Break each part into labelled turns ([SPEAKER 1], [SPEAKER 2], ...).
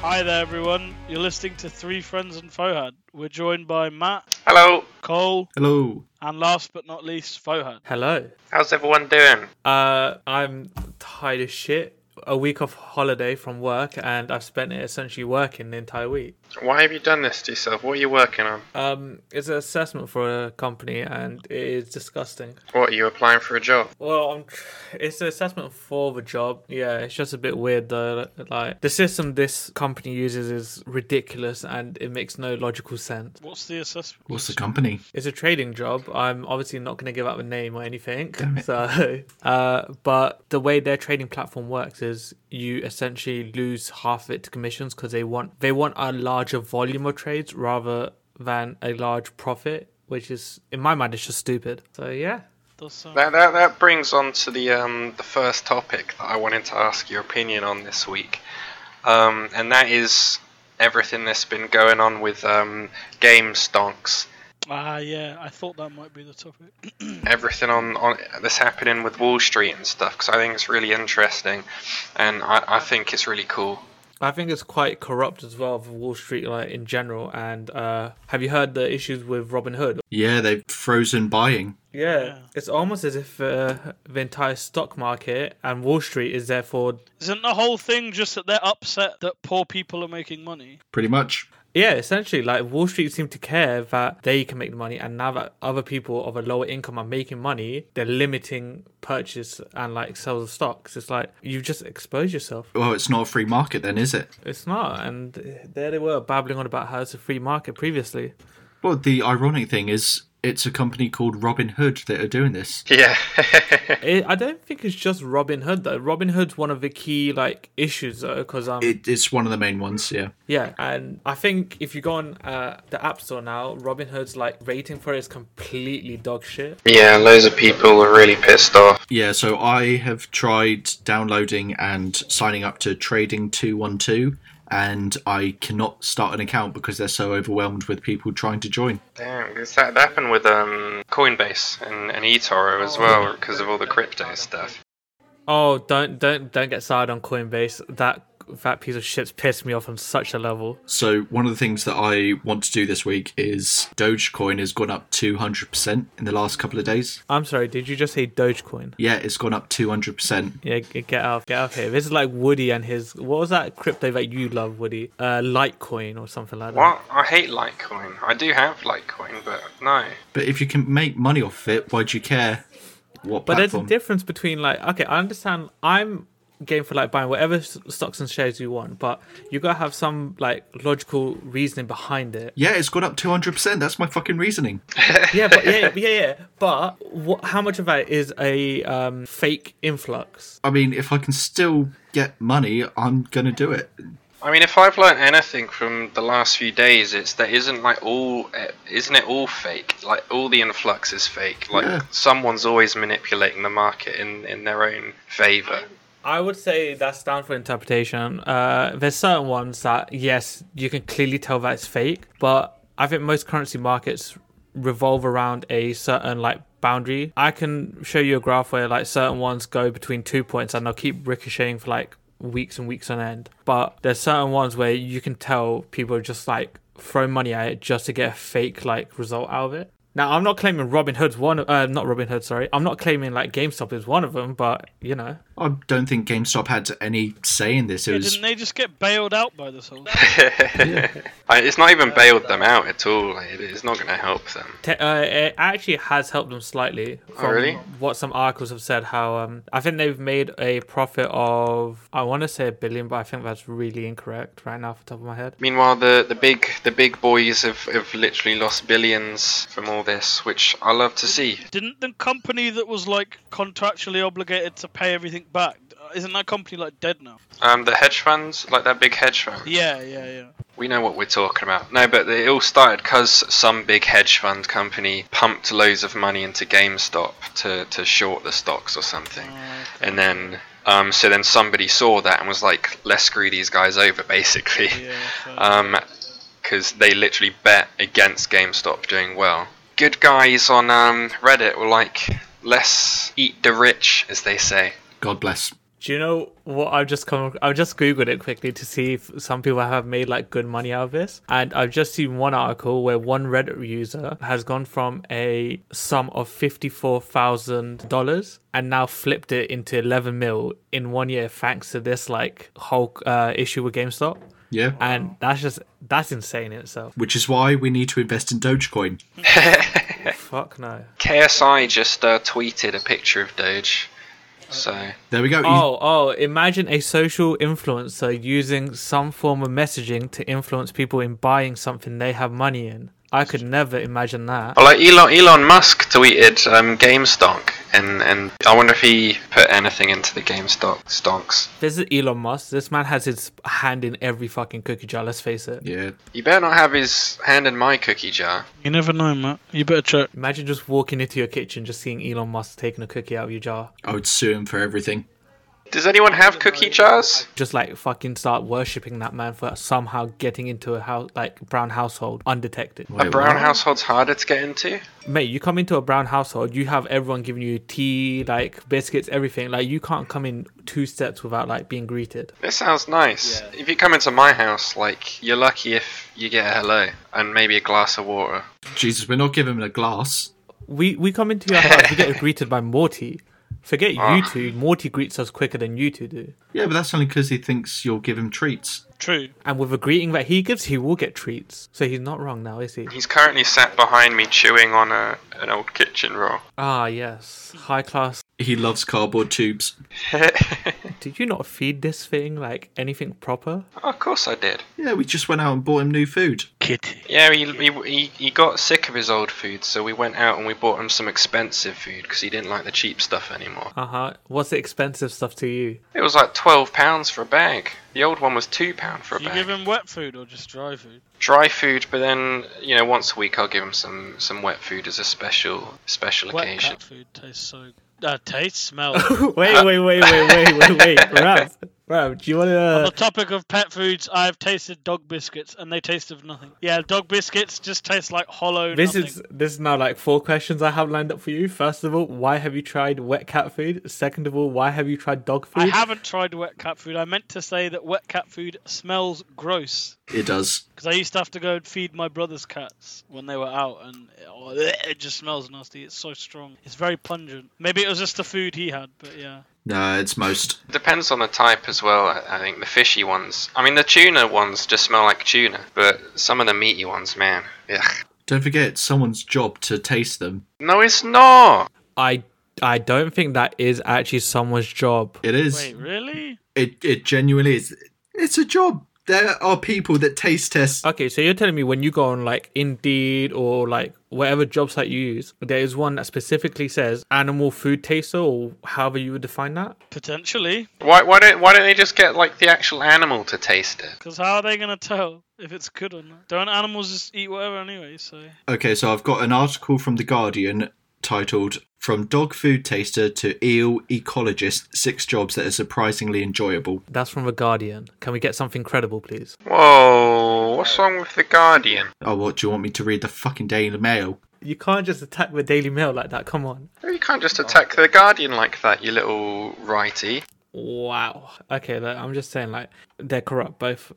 [SPEAKER 1] Hi there, everyone. You're listening to Three Friends and Fohad. We're joined by Matt,
[SPEAKER 2] Hello.
[SPEAKER 1] Cole,
[SPEAKER 3] Hello.
[SPEAKER 1] and last but not least, Fohad.
[SPEAKER 4] Hello.
[SPEAKER 2] How's everyone doing?
[SPEAKER 4] Uh, I'm tired as shit. A week off holiday from work, and I've spent it essentially working the entire week.
[SPEAKER 2] Why have you done this to yourself? What are you working on?
[SPEAKER 4] Um, it's an assessment for a company, and it is disgusting.
[SPEAKER 2] What are you applying for a job?
[SPEAKER 4] Well, I'm. Tr- it's an assessment for the job. Yeah, it's just a bit weird though. Like the system this company uses is ridiculous, and it makes no logical sense.
[SPEAKER 1] What's the assessment?
[SPEAKER 3] What's the company?
[SPEAKER 4] It's a trading job. I'm obviously not going to give out a name or anything.
[SPEAKER 3] Damn it.
[SPEAKER 4] So, uh, but the way their trading platform works is you essentially lose half of it to commissions because they want they want a larger volume of trades rather than a large profit, which is in my mind it's just stupid. So yeah,
[SPEAKER 1] Does sound-
[SPEAKER 2] That, that, that brings on to the um, the first topic that I wanted to ask your opinion on this week, um, and that is everything that's been going on with um, game stonks,
[SPEAKER 1] Ah, yeah. I thought that might be the topic.
[SPEAKER 2] everything on, on that's happening with Wall Street and stuff. Because I think it's really interesting, and I, I think it's really cool.
[SPEAKER 4] I think it's quite corrupt as well of Wall Street like in general. And uh, have you heard the issues with Robin Hood?
[SPEAKER 3] Yeah, they've frozen buying.
[SPEAKER 4] Yeah,
[SPEAKER 1] Yeah.
[SPEAKER 4] it's almost as if uh, the entire stock market and Wall Street is therefore
[SPEAKER 1] Isn't the whole thing just that they're upset that poor people are making money?
[SPEAKER 3] Pretty much.
[SPEAKER 4] Yeah, essentially, like Wall Street seem to care that they can make the money, and now that other people of a lower income are making money, they're limiting purchase and like sales of stocks. It's like you just expose yourself.
[SPEAKER 3] Well, it's not a free market then, is it?
[SPEAKER 4] It's not, and there they were babbling on about how it's a free market previously.
[SPEAKER 3] Well, the ironic thing is, it's a company called Robin Hood that are doing this.
[SPEAKER 2] Yeah,
[SPEAKER 4] It, I don't think it's just Robin Hood though. Robin Hood's one of the key like issues though, because um,
[SPEAKER 3] It, it's one of the main ones, yeah.
[SPEAKER 4] Yeah, and I think if you go on uh, the App Store now, Robin Hood's like rating for it is completely dog shit.
[SPEAKER 2] yeah, loads of people are really pissed off.
[SPEAKER 3] Yeah, so I have tried downloading and signing up to Trading 212, and I cannot start an account because they're so overwhelmed with people trying to join.
[SPEAKER 2] Damn, 'cause that happened with um, Coinbase and, and eToro as well because of all the crypto stuff.
[SPEAKER 4] Oh, don't don't don't get started on Coinbase. That that piece of shit's pissed me off on such a level.
[SPEAKER 3] So, one of the things that I want to do this week is Dogecoin has gone up 200% in the last couple of days.
[SPEAKER 4] I'm sorry, did you just say Dogecoin?
[SPEAKER 3] Yeah, it's gone up 200%.
[SPEAKER 4] Yeah, g- get out, get out here. This is like Woody and his what was that crypto that you love, Woody? Uh, Litecoin or something like that.
[SPEAKER 2] What? I hate Litecoin. I do have Litecoin, but no.
[SPEAKER 3] But if you can make money off it, why do you care what
[SPEAKER 4] But there's a
[SPEAKER 3] platform?
[SPEAKER 4] difference between like okay, I understand. I'm game for like buying whatever s- stocks and shares you want, but you gotta have some like logical reasoning behind it.
[SPEAKER 3] yeah, it's gone up 200%. That's my fucking reasoning.
[SPEAKER 4] yeah, but yeah, yeah, yeah. But what, how much of that is a um, fake influx?
[SPEAKER 3] I mean, if I can still get money, I'm going to do it.
[SPEAKER 2] I mean, if I've learned anything from the last few days, it's that isn't like all, eh, isn't it all fake? Like all the influx is fake. Like
[SPEAKER 3] Yeah.
[SPEAKER 2] someone's always manipulating the market in in their own favor.
[SPEAKER 4] I would say that's down for interpretation. Uh, there's certain ones that, yes, you can clearly tell that it's fake, but I think most currency markets revolve around a certain like boundary. I can show you a graph where like certain ones go between two points and they'll keep ricocheting for like weeks and weeks on end. But there's certain ones where you can tell people just like throw money at it just to get a fake like result out of it. Now I'm not claiming Robin Hood's one, uh, not Robin Hood, sorry. I'm not claiming like GameStop is one of them, but you know.
[SPEAKER 3] I don't think GameStop had any say in this. It
[SPEAKER 1] Yeah,
[SPEAKER 3] was,
[SPEAKER 1] didn't they just get bailed out by this whole?
[SPEAKER 2] I, it's not even bailed them out at all. Like, it- it's not going to help them.
[SPEAKER 4] Te- uh, it actually has helped them slightly. From
[SPEAKER 2] really?
[SPEAKER 4] What some articles have said, how um, I think they've made a profit of I want to say a billion, but I think that's really incorrect right now, off the top of my head.
[SPEAKER 2] Meanwhile, the, the big the big boys have, have literally lost billions from all this, which I love to see.
[SPEAKER 1] Didn't the company that was like contractually obligated to pay everything back? Isn't that company like dead now?
[SPEAKER 2] Um, the hedge funds, like that big hedge fund.
[SPEAKER 1] Yeah, yeah, yeah.
[SPEAKER 2] We know what we're talking about. No, but it all started because some big hedge fund company pumped loads of money into GameStop to, to short the stocks or something.
[SPEAKER 1] Oh,
[SPEAKER 2] And then, um, so then somebody saw that and was like, let's screw these guys over, basically.
[SPEAKER 1] Yeah, fair.
[SPEAKER 3] Uh,
[SPEAKER 2] Because Um, they literally bet against GameStop doing well. Good guys on um, Reddit were like, let's eat the rich, as they say.
[SPEAKER 3] God bless.
[SPEAKER 4] Do you know what I've just come? I've just googled it quickly to see if some people have made like good money out of this, and I've just seen one article where one Reddit user has gone from a sum of fifty-four thousand dollars and now flipped it into eleven mil in one year thanks to this like whole uh, issue with GameStop,
[SPEAKER 3] Yeah.
[SPEAKER 4] and that's just that's insane in itself.
[SPEAKER 3] Which is why we need to invest in Dogecoin.
[SPEAKER 4] Fuck no.
[SPEAKER 2] KSI just uh, tweeted a picture of Doge. So
[SPEAKER 3] There we go.
[SPEAKER 4] Oh, oh, imagine a social influencer using some form of messaging to influence people in buying something they have money in. I could never imagine that.
[SPEAKER 2] Well, like Elon, Elon Musk tweeted um, GameStonk, and, and I wonder if he put anything into the GameStonk stonks.
[SPEAKER 4] This is Elon Musk. This man has his hand in every fucking cookie jar, let's face it.
[SPEAKER 3] Yeah.
[SPEAKER 2] You better not have his hand in my cookie jar.
[SPEAKER 1] You never know, Matt. You better check.
[SPEAKER 4] Imagine just walking into your kitchen, just seeing Elon Musk taking a cookie out of your jar.
[SPEAKER 3] I would sue him for everything.
[SPEAKER 2] Does anyone have cookie jars?
[SPEAKER 4] Just like fucking start worshipping that man for somehow getting into a house, like brown household undetected.
[SPEAKER 2] A
[SPEAKER 3] Wait,
[SPEAKER 2] brown
[SPEAKER 3] what?
[SPEAKER 2] household's harder to get into.
[SPEAKER 4] Mate, you come into a brown household, you have everyone giving you tea, like biscuits, everything. Like you can't come in two steps without like being greeted.
[SPEAKER 2] This sounds nice. If you come into my house, like you're lucky if you get a hello and maybe a glass of water.
[SPEAKER 3] Jesus, we're not giving him a glass.
[SPEAKER 4] We we come into your house, we get greeted by Morty. Forget you two, Morty greets us quicker than you two do.
[SPEAKER 3] Yeah, but that's only because he thinks you'll give him treats.
[SPEAKER 1] True.
[SPEAKER 4] And with a greeting that he gives, he will get treats. So he's not wrong now, is he?
[SPEAKER 2] He's currently sat behind me chewing on a an old kitchen roll.
[SPEAKER 4] Ah yes. High class.
[SPEAKER 3] He loves cardboard tubes.
[SPEAKER 2] Oh,
[SPEAKER 4] Did you not feed this thing like anything proper?
[SPEAKER 2] of course I did.
[SPEAKER 3] Yeah, we just went out and bought him new food.
[SPEAKER 1] Kitty.
[SPEAKER 2] Yeah, he, he, he, he got sick of his old food, so we went out and we bought him some expensive food because he didn't like the cheap stuff anymore.
[SPEAKER 4] Uh huh. What's the expensive stuff to you?
[SPEAKER 2] It was like twelve pounds for a bag. The old one was two pound for a
[SPEAKER 1] You
[SPEAKER 2] bag.
[SPEAKER 1] give him wet food or just dry food?
[SPEAKER 2] Dry food, but then you know once a week I'll give him some some wet food as a special special
[SPEAKER 1] Wet
[SPEAKER 2] occasion.
[SPEAKER 1] cat food tastes so. Uh, taste, smell. On
[SPEAKER 4] wait, wait, wait, wait, wait, wait, wait, Rav, Rav, do you uh, want
[SPEAKER 1] the
[SPEAKER 4] to?
[SPEAKER 1] topic of pet foods, I've tasted dog biscuits and they taste of nothing. Yeah, dog biscuits just taste like hollow.
[SPEAKER 4] This
[SPEAKER 1] nothing.
[SPEAKER 4] is this is now like four questions I have lined up for you. First of all, why have you tried wet cat food? Second of all, why have you tried dog food?
[SPEAKER 1] I haven't tried wet cat food. I meant to say that wet cat food smells gross
[SPEAKER 3] It does.
[SPEAKER 1] because I used to have to go and feed my brother's cats when they were out, and oh, it just smells nasty. It's so strong. It's very pungent. Maybe it was just the food he had, but yeah.
[SPEAKER 3] No, it's most.
[SPEAKER 2] Depends on the type as well. I, I think the fishy ones. I mean the tuna ones just smell like tuna, but some of the meaty ones, man, ugh.
[SPEAKER 3] Don't forget, it's someone's job to taste them.
[SPEAKER 2] No, it's not.
[SPEAKER 4] I I don't think that is actually someone's job.
[SPEAKER 3] It is.
[SPEAKER 1] Wait, really?
[SPEAKER 3] It it genuinely is. It's a job. There are people that taste test.
[SPEAKER 4] Okay, so you're telling me when you go on like Indeed or like whatever job site you use, there is one that specifically says animal food taster or however you would define that.
[SPEAKER 1] Potentially,
[SPEAKER 2] Why why don't why don't they just get like the actual animal to taste it?
[SPEAKER 1] because how are they gonna tell if it's good or not? Don't animals just eat whatever anyway? So
[SPEAKER 3] Okay, so I've got an article from The Guardian titled From Dog Food Taster to Eel Ecologist Six Jobs That Are Surprisingly Enjoyable.
[SPEAKER 4] That's from the Guardian. Can we get something credible, please?
[SPEAKER 2] Whoa, what's wrong with the Guardian?
[SPEAKER 3] Oh, what? Do you want me to read the fucking Daily Mail?
[SPEAKER 4] You can't just attack the Daily Mail like that. Come on.
[SPEAKER 2] You can't just attack the Guardian like that, you little righty.
[SPEAKER 4] Wow. Okay, like, I'm just saying, like they're corrupt both,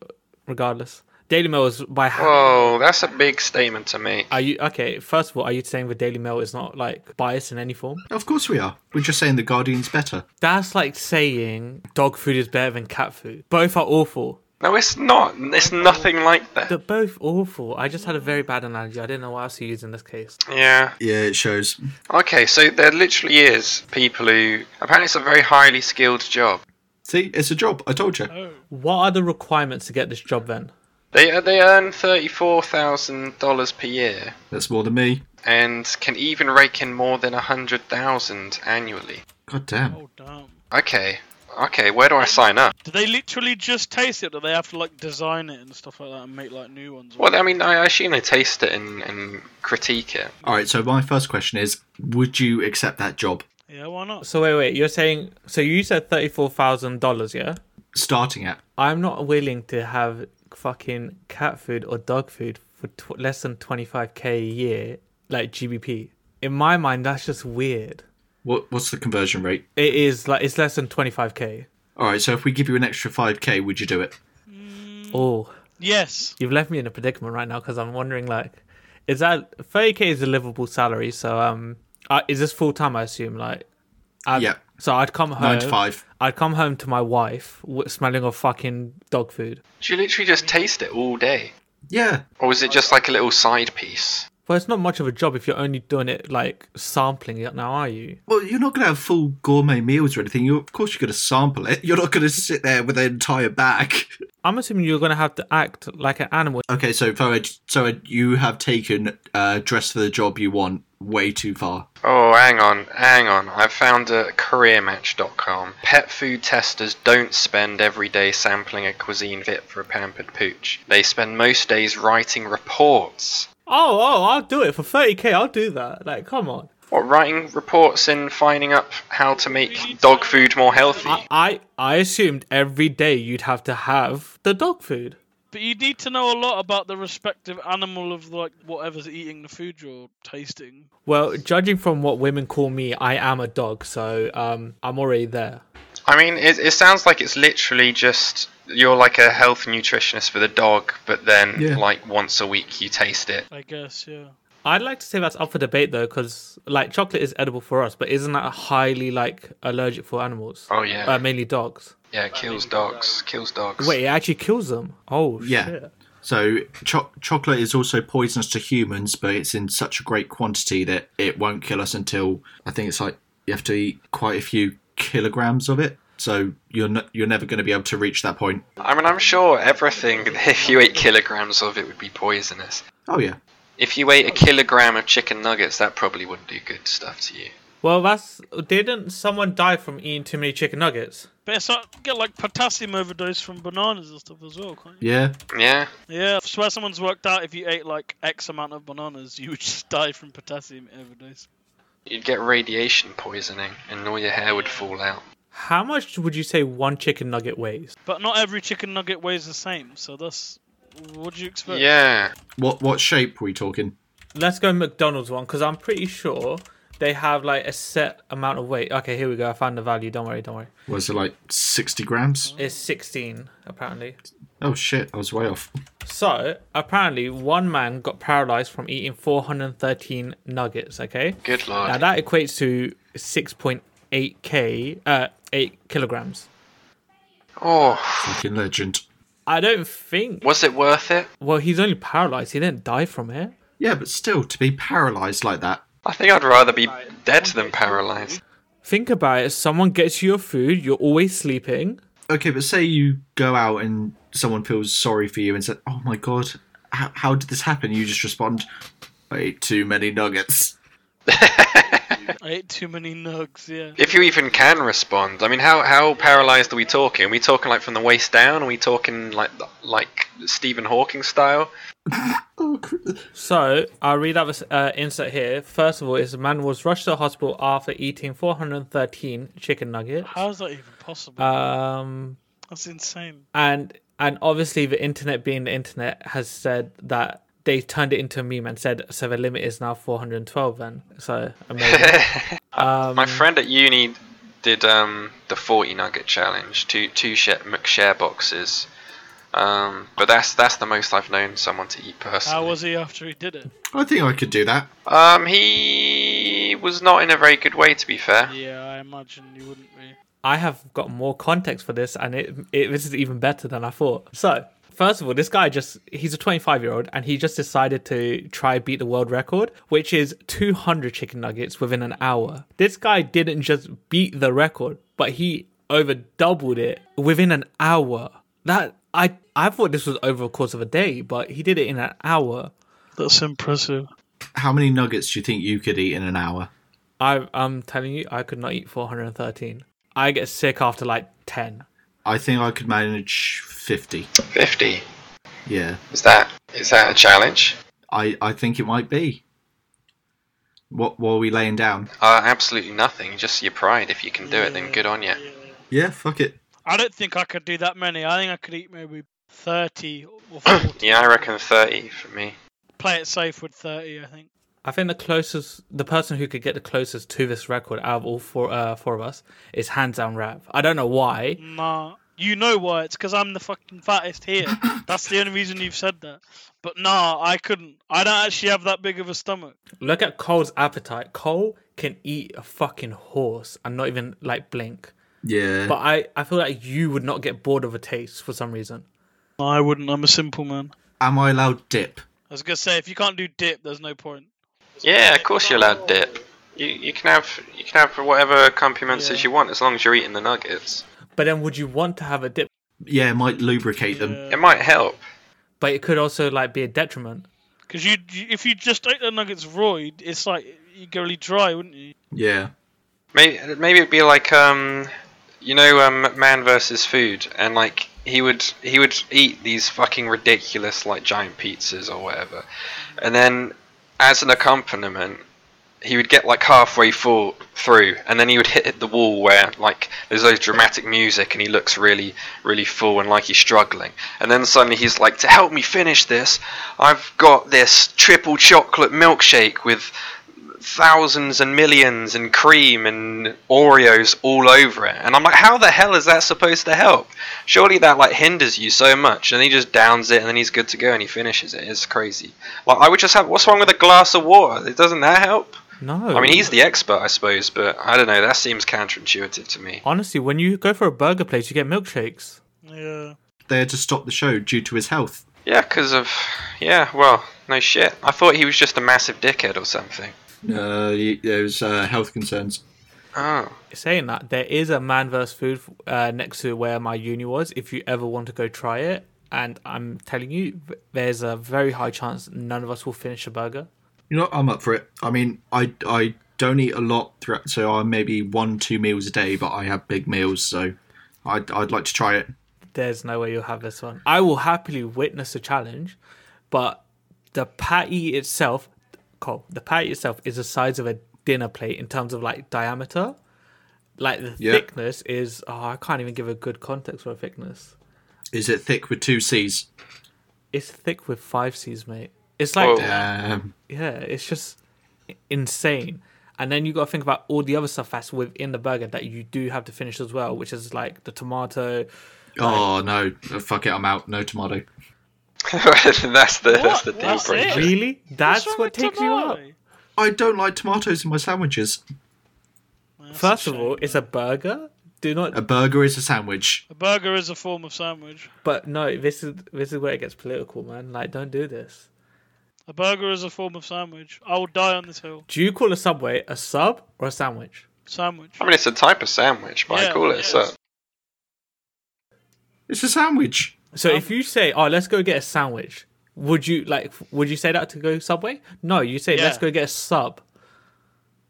[SPEAKER 4] regardless. Daily Mail is by. Ha-
[SPEAKER 2] Whoa, Oh, that's a big statement to make.
[SPEAKER 4] are you okay? First of all, are you saying the Daily Mail is not like biased in any form?
[SPEAKER 3] Of course we are. We're just saying The Guardian's better.
[SPEAKER 4] That's like saying dog food is better than cat food. Both are awful.
[SPEAKER 2] No, it's not. It's nothing like that.
[SPEAKER 4] They're both awful. I just had a very bad analogy. I didn't know what else to use in this case.
[SPEAKER 2] Yeah.
[SPEAKER 3] Yeah, it shows.
[SPEAKER 2] Okay, so there literally is people who apparently it's a very highly skilled job.
[SPEAKER 3] See, it's a job. I told you.
[SPEAKER 4] What are the requirements to get this job then?
[SPEAKER 2] They uh, they earn thirty four thousand dollars per year
[SPEAKER 3] That's more than me.
[SPEAKER 2] and can even rake in more than a hundred thousand annually.
[SPEAKER 3] God damn.
[SPEAKER 1] oh damn.
[SPEAKER 2] Okay. Okay, where do I sign up?
[SPEAKER 1] Do they literally just taste it? Or do they have to like design it and stuff like that and make like new ones?
[SPEAKER 2] Well, I mean, I I assume they taste it and, and critique it.
[SPEAKER 3] All right, so my first question is Would you accept that job?
[SPEAKER 1] yeah, why not?
[SPEAKER 4] So wait, wait. You're saying so you said thirty-four thousand dollars, yeah?
[SPEAKER 3] Starting at.
[SPEAKER 4] I'm not willing to have fucking cat food or dog food for tw- less than 25k a year, like GBP. In my mind, that's just weird.
[SPEAKER 3] What, what's the conversion rate?
[SPEAKER 4] It is like it's less than 25k.
[SPEAKER 3] All right, so if we give you an extra 5k, would you do it? Mm.
[SPEAKER 4] Oh,
[SPEAKER 1] Yes.
[SPEAKER 4] you've left me in a predicament right now because I'm wondering like, is that 30k is a livable salary? So um, uh, is this full time? I assume like, I'd-
[SPEAKER 3] Yeah.
[SPEAKER 4] So I'd come home.
[SPEAKER 3] Nine to five.
[SPEAKER 4] I'd come home to my wife w- smelling of fucking dog food.
[SPEAKER 2] Do you literally just taste it all day?
[SPEAKER 3] Yeah.
[SPEAKER 2] Or is it just like a little side piece?
[SPEAKER 4] Well, it's not much of a job if you're only doing it like sampling it now, are you?
[SPEAKER 3] Well, you're not going to have full gourmet meals or anything. You're, of course, you're going to sample it. You're not going to sit there with an entire bag.
[SPEAKER 4] I'm assuming you're gonna have to act like an animal.
[SPEAKER 3] Okay, so Farage, so you have taken uh, dress for the job you want way too far.
[SPEAKER 2] Oh, hang on, hang on. I found a careermatch.com. Pet food testers don't spend every day sampling a cuisine fit for a pampered pooch. They spend most days writing reports.
[SPEAKER 4] Oh, oh, I'll do it for 30k. I'll do that. Like, come on.
[SPEAKER 2] What, writing reports and finding up how to make dog food more healthy?
[SPEAKER 4] I I assumed every day you'd have to have the dog food.
[SPEAKER 1] But you need to know a lot about the respective animal of like whatever's eating the food you're tasting.
[SPEAKER 4] Well, judging from what women call me, I am a dog, so um, I'm already there.
[SPEAKER 2] I mean, it, it sounds like it's literally just you're like a health nutritionist for the dog, but then
[SPEAKER 3] Yeah.
[SPEAKER 2] like once a week you taste it.
[SPEAKER 1] I guess, yeah.
[SPEAKER 4] I'd like to say that's up for debate though, because like chocolate is edible for us, but isn't that highly like allergic for animals?
[SPEAKER 2] Oh, yeah.
[SPEAKER 4] uh, mainly dogs.
[SPEAKER 2] Yeah, kills dogs. Kills dogs.
[SPEAKER 4] Wait, it actually kills them. Oh
[SPEAKER 3] Yeah.
[SPEAKER 4] shit.
[SPEAKER 3] So cho- chocolate is also poisonous to humans, but it's in such a great quantity that it won't kill us until I think it's like you have to eat quite a few kilograms of it. So you're n- you're never going to be able to reach that point.
[SPEAKER 2] I mean, I'm sure everything, if you ate kilograms of it, would be poisonous.
[SPEAKER 3] Oh yeah,
[SPEAKER 2] If you ate a kilogram of chicken nuggets, that probably wouldn't do good stuff to you.
[SPEAKER 4] Well, that's didn't someone die from eating too many chicken nuggets?
[SPEAKER 1] But it's like get like potassium overdose from bananas and stuff as well, can't you?
[SPEAKER 3] yeah.
[SPEAKER 2] Yeah?
[SPEAKER 1] Yeah, I swear someone's worked out if you ate like X amount of bananas, you would just die from potassium overdose.
[SPEAKER 2] You'd get radiation poisoning, and all your hair would fall out.
[SPEAKER 4] How much would you say one chicken nugget weighs?
[SPEAKER 1] But not every chicken nugget weighs the same, so that's what do you expect?
[SPEAKER 2] Yeah.
[SPEAKER 3] What what shape were we talking?
[SPEAKER 4] Let's go McDonald's one because I'm pretty sure they have like a set amount of weight. Okay, here we go. I found the value. Don't worry, don't worry.
[SPEAKER 3] Was it like sixty grams?
[SPEAKER 4] It's 16 apparently.
[SPEAKER 3] Oh shit, I was way off.
[SPEAKER 4] So apparently, one man got paralyzed from eating 413 nuggets. Okay,
[SPEAKER 2] Good lord.
[SPEAKER 4] now that equates to 6.8 k, uh, eight kilograms.
[SPEAKER 2] oh,
[SPEAKER 3] Fucking legend.
[SPEAKER 4] I don't think.
[SPEAKER 2] was it worth it?
[SPEAKER 4] Well, he's only paralyzed. He didn't die from it.
[SPEAKER 3] Yeah, but still to be paralyzed like that.
[SPEAKER 2] I think I'd rather be dead than paralyzed.
[SPEAKER 4] Think about it. Someone gets you your food. You're always sleeping.
[SPEAKER 3] Okay, but say you go out and someone feels sorry for you and said, "Oh my god, how, how did this happen?" You just respond, "I ate too many nuggets."
[SPEAKER 1] I ate too many nugs, yeah.
[SPEAKER 2] If you even can respond, I mean, how how paralyzed are we talking? Are we talking like from the waist down? Are we talking like like Stephen Hawking style?
[SPEAKER 3] Oh, cr-
[SPEAKER 4] So I'll read out this uh, insert here. First of all, is a man was rushed to the hospital after eating 413 chicken nuggets.
[SPEAKER 1] How is that even possible?
[SPEAKER 4] Um,
[SPEAKER 1] that's insane.
[SPEAKER 4] and and obviously the internet being the internet has said that they turned it into a meme and said so the limit is now 412 then so amazing Um,
[SPEAKER 2] My friend at uni did um, the 40 nugget challenge, two two share, McShare boxes. Um, but that's that's the most I've known someone to eat personally.
[SPEAKER 1] How was he after he did it?
[SPEAKER 3] I think I could do that.
[SPEAKER 2] Um, he was not in a very good way, to be fair.
[SPEAKER 1] Yeah, I imagine you wouldn't be.
[SPEAKER 4] i have got more context for this and it, it this is even better than i thought so first of all this guy just he's a 25 year old and he just decided to try beat the world record which is 200 chicken nuggets within an hour this guy didn't just beat the record but he over doubled it within an hour that i i thought this was over a course of a day but he did it in an hour
[SPEAKER 1] That's impressive.
[SPEAKER 3] How many nuggets do you think you could eat in an hour?
[SPEAKER 4] i i'm telling you i could not eat 413 i get sick after like 10
[SPEAKER 3] I think I could manage fifty.
[SPEAKER 2] 50.
[SPEAKER 3] Yeah,
[SPEAKER 2] Is that is that a challenge?
[SPEAKER 3] I I think it might be. What what are we laying down?
[SPEAKER 2] Uh, absolutely nothing. Just your pride. If you can do it, then good on you.
[SPEAKER 3] Yeah, fuck it.
[SPEAKER 1] I don't think I could do that many. I think I could eat maybe 30 or 40.
[SPEAKER 2] Yeah, I reckon 30 for me.
[SPEAKER 1] Play it safe with 30, I think.
[SPEAKER 4] I think the closest, the person who could get the closest to this record out of all four, uh, four of us is hands down Rap. I don't know why.
[SPEAKER 1] Nah. You know why? It's because I'm the fucking fattest here. That's the only reason you've said that. But nah, I couldn't. I don't actually have that big of a stomach.
[SPEAKER 4] Look at Cole's appetite. Cole can eat a fucking horse and not even like blink.
[SPEAKER 3] Yeah.
[SPEAKER 4] But I, I feel like you would not get bored of a taste for some reason.
[SPEAKER 1] I wouldn't. I'm a simple man.
[SPEAKER 3] Am I allowed dip?
[SPEAKER 1] I was gonna say if you can't do dip, there's no point.
[SPEAKER 2] Yeah, of course you're allowed dip. You, you can have you can have whatever accompaniments
[SPEAKER 1] Yeah.
[SPEAKER 2] as you want as long as you're eating the nuggets.
[SPEAKER 4] But then would you want to have a dip?
[SPEAKER 3] Yeah, it might lubricate them.
[SPEAKER 2] It might help.
[SPEAKER 4] But it could also like be a detriment.
[SPEAKER 1] Because you, you- if you just ate the nuggets raw, you'd- it's like you go really dry, wouldn't you?
[SPEAKER 3] Yeah.
[SPEAKER 2] Maybe maybe it'd be like um, you know, um, man versus food, and like he would he would eat these fucking ridiculous like giant pizzas or whatever, and then as an accompaniment, he would get like halfway full through, and then he would hit the wall where like there's those dramatic music, and he looks really really full and like he's struggling, and then suddenly he's like, to help me finish this, I've got this triple chocolate milkshake with thousands and millions and cream and Oreos all over it. And I'm like, how the hell is that supposed to help? Surely that like hinders you so much. And he just downs it and then he's good to go and he finishes it. It's crazy. Like I would just have what's wrong with a glass of water? Doesn't that help?
[SPEAKER 4] No.
[SPEAKER 2] I mean he's the expert I suppose, but I don't know, that seems counterintuitive to me.
[SPEAKER 4] honestly, when you go for a burger place, you get milkshakes.
[SPEAKER 1] Yeah.
[SPEAKER 3] They had to stop the show due to his health.
[SPEAKER 2] Yeah, 'cause of yeah, well, no shit. I thought he was just a massive dickhead or something.
[SPEAKER 3] Uh, he- there was uh, health concerns.
[SPEAKER 2] Oh.
[SPEAKER 4] Saying that, there is a man vs food uh, next to where my uni was. If you ever want to go try it, and I'm telling you, there's a very high chance none of us will finish a burger.
[SPEAKER 3] You know, what, I'm up for it. I mean, I I don't eat a lot throughout, so I maybe one two meals a day, but I have big meals, so I'd I'd like to try it.
[SPEAKER 4] There's no way you'll have this one. I will happily witness the challenge, but the patty itself, Cole, the patty itself is the size of a dinner plate in terms of like diameter. Like the
[SPEAKER 3] Yeah.
[SPEAKER 4] thickness is, oh, I can't even give a good context for a thickness.
[SPEAKER 3] Is it thick with two C's?
[SPEAKER 4] It's thick with five C's, mate. It's like
[SPEAKER 2] Whoa.
[SPEAKER 3] Um,
[SPEAKER 4] yeah, it's just insane. And then you got to think about all the other stuff that's within the burger that you do have to finish as well, which is like the tomato.
[SPEAKER 3] oh no, fuck it, I'm out. No tomato.
[SPEAKER 2] that's the that's the
[SPEAKER 1] What?
[SPEAKER 2] deal
[SPEAKER 1] That's it?
[SPEAKER 2] breaker.
[SPEAKER 4] Really? That's
[SPEAKER 1] What's wrong
[SPEAKER 4] what
[SPEAKER 1] with
[SPEAKER 4] takes you
[SPEAKER 1] tomato?
[SPEAKER 4] up.
[SPEAKER 3] I don't like tomatoes in my sandwiches.
[SPEAKER 1] That's
[SPEAKER 4] First
[SPEAKER 1] a
[SPEAKER 4] of all,
[SPEAKER 1] shame.
[SPEAKER 4] it's a burger. Do not.
[SPEAKER 3] A burger is a sandwich.
[SPEAKER 1] a burger is a form of sandwich.
[SPEAKER 4] But no, this is this is where it gets political, man. Like, don't do this.
[SPEAKER 1] A burger is a form of sandwich. I will die on this hill.
[SPEAKER 4] Do you call a subway a sub or a sandwich?
[SPEAKER 1] Sandwich.
[SPEAKER 2] I mean, it's a type of sandwich, but I
[SPEAKER 1] Yeah,
[SPEAKER 2] call
[SPEAKER 1] it
[SPEAKER 2] it so.
[SPEAKER 1] is.
[SPEAKER 3] It's a sandwich.
[SPEAKER 4] So if
[SPEAKER 1] Um,
[SPEAKER 4] you say, "Oh, let's go get a sandwich," would you like? Would you say that to go subway? No, you say, "Let's
[SPEAKER 1] Yeah.
[SPEAKER 4] go get a sub."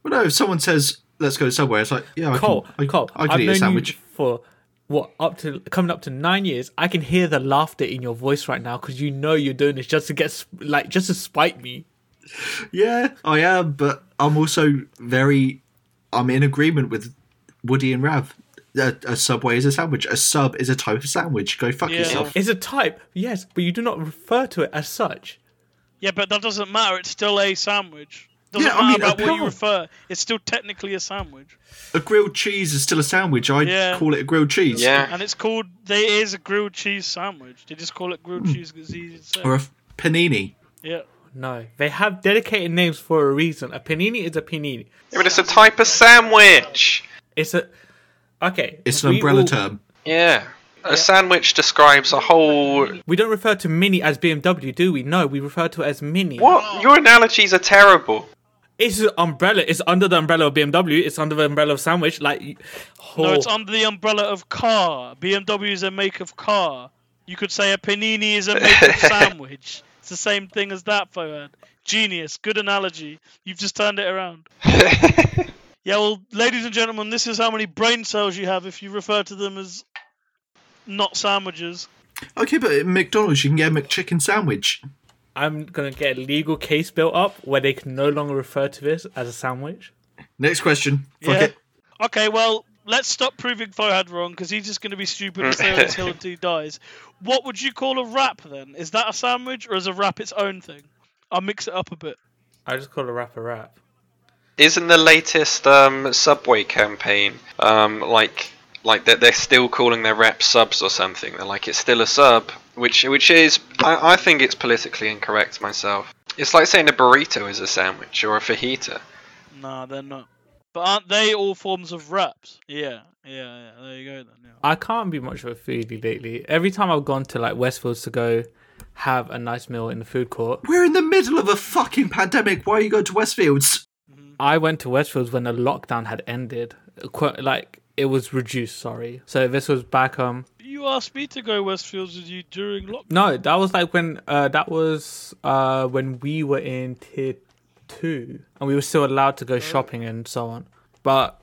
[SPEAKER 3] Well, no, if someone says let's go somewhere, it's like yeah, I
[SPEAKER 4] Cole,
[SPEAKER 3] can, I,
[SPEAKER 4] Cole,
[SPEAKER 3] I
[SPEAKER 4] have
[SPEAKER 3] can eat
[SPEAKER 4] known
[SPEAKER 3] a sandwich.
[SPEAKER 4] you for what up to coming up to nine years. I can hear the laughter in your voice right now because you know you're doing this just to get sp- like just to spite me.
[SPEAKER 3] Oh, Yeah, I am, but I'm also very. I'm in agreement with Woody and Rav. A, a subway is a sandwich. A sub is a type of sandwich. Go fuck
[SPEAKER 1] Yeah.
[SPEAKER 3] yourself.
[SPEAKER 4] It's a type, yes, but you do not refer to it as such.
[SPEAKER 1] Yeah, but that doesn't matter. It's still a sandwich. Doesn't
[SPEAKER 3] Yeah, I
[SPEAKER 1] matter
[SPEAKER 3] mean, a
[SPEAKER 1] about what
[SPEAKER 3] pie.
[SPEAKER 1] you refer. It's still technically a sandwich,
[SPEAKER 3] A grilled cheese is still a sandwich. I
[SPEAKER 1] Yeah.
[SPEAKER 3] call it a grilled cheese.
[SPEAKER 2] Yeah.
[SPEAKER 1] and it's called. There is a grilled cheese sandwich. They just call it grilled
[SPEAKER 4] Hmm.
[SPEAKER 1] cheese because it's easy to say.
[SPEAKER 3] Or a f- panini.
[SPEAKER 1] Yeah.
[SPEAKER 4] No, they have dedicated names for a reason. A panini is a panini.
[SPEAKER 2] Yeah, but it's a type of sandwich.
[SPEAKER 4] It's a okay.
[SPEAKER 3] It's an
[SPEAKER 4] we
[SPEAKER 3] umbrella
[SPEAKER 4] will-
[SPEAKER 3] term.
[SPEAKER 2] Yeah. A sandwich describes a whole.
[SPEAKER 4] We don't refer to mini as BMW, do we? No, we refer to it as mini.
[SPEAKER 2] What? Your analogies are terrible.
[SPEAKER 4] It's an umbrella. It's under the umbrella of BMW. It's under the umbrella of sandwich. Like, you-
[SPEAKER 1] No, it's
[SPEAKER 4] Oh.
[SPEAKER 1] under the umbrella of car. BMW is a make of car. You could say a panini is a make of sandwich. It's the same thing as that, Fahad. Genius. Good analogy. You've just turned it around. Yeah, well, ladies and gentlemen, this is how many brain cells you have if you refer to them as not sandwiches.
[SPEAKER 3] Okay, but at McDonald's you can get a McChicken sandwich.
[SPEAKER 4] I'm gonna get a legal case built up where they can no longer refer to this as a sandwich.
[SPEAKER 3] Next question. Fuck
[SPEAKER 1] Yeah.
[SPEAKER 3] it.
[SPEAKER 1] Okay, well, let's stop proving Fahad wrong because he's just going to be stupid and stay on his hill until he dies. What would you call a wrap then? Is that a sandwich or is a wrap its own thing? I'll mix it up a bit.
[SPEAKER 4] I just call a wrap a wrap.
[SPEAKER 2] Isn't the latest um, Subway campaign um, like like that they're, still calling their rep subs or something? They're like it's still a sub, which which is I, I think it's politically incorrect myself. It's like saying a burrito is a sandwich or a fajita.
[SPEAKER 1] No, they're not. But aren't they all forms of wraps? Yeah, yeah, yeah. There you go then. Yeah.
[SPEAKER 4] I can't be much of a foodie lately. Every time I've gone to like Westfields to go have a nice meal in the food court,
[SPEAKER 3] We're in the middle of a fucking pandemic. Why are you going to Westfields?
[SPEAKER 4] I went to Westfields when the lockdown had ended. Qu- Like it was reduced, sorry. So this was back um
[SPEAKER 1] You asked me to go Westfields with you during lockdown.
[SPEAKER 4] no, that was like when uh that was uh when we were in tier 2 and we were still allowed to go shopping and so on. But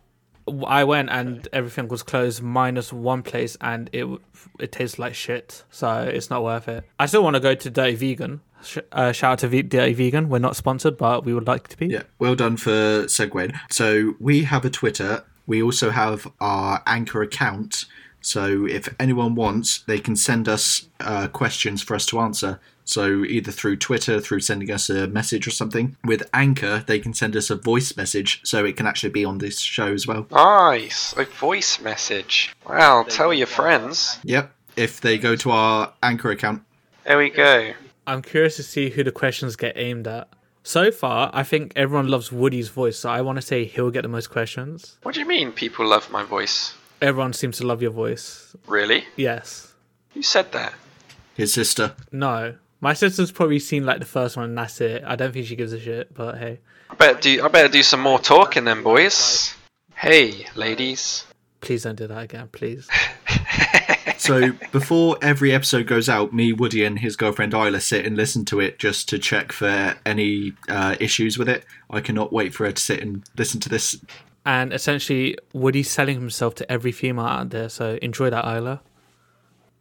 [SPEAKER 4] w- I went and everything was closed minus one place and it w- it tastes like shit. So it's not worth it. I still want to go to Dirty Vegan. Sh- uh, shout out to v- Dirty Vegan. We're not sponsored, but we would like to be.
[SPEAKER 3] Yeah, well done for Segway. So we have a Twitter. We also have our Anchor account. So if anyone wants, they can send us uh, questions for us to answer. So either through Twitter, through sending us a message or something. With Anchor, they can send us a voice message, so it can actually be on this show as well.
[SPEAKER 2] Nice, a voice message. Wow, tell your friends.
[SPEAKER 3] Yep. If they go to our Anchor account,
[SPEAKER 2] There we go.
[SPEAKER 4] I'm curious to see who the questions get aimed at. So far, I think everyone loves Woody's voice, so I want to say he'll get the most questions.
[SPEAKER 2] What do you mean people love my voice?
[SPEAKER 4] Everyone seems to love your voice.
[SPEAKER 2] Really?
[SPEAKER 4] Yes.
[SPEAKER 2] You said that.
[SPEAKER 3] his sister.
[SPEAKER 4] No. My sister's probably seen like the first one and that's it. I don't think she gives a shit, but hey.
[SPEAKER 2] I better do I better do some more talking then boys. Hey, ladies.
[SPEAKER 4] Please don't do that again, please.
[SPEAKER 3] So before every episode goes out, me, Woody, and his girlfriend Isla sit and listen to it just to check for any uh, issues with it. I cannot wait for her to sit and listen to this.
[SPEAKER 4] And essentially, Woody's selling himself to every female out there, so enjoy that, Isla.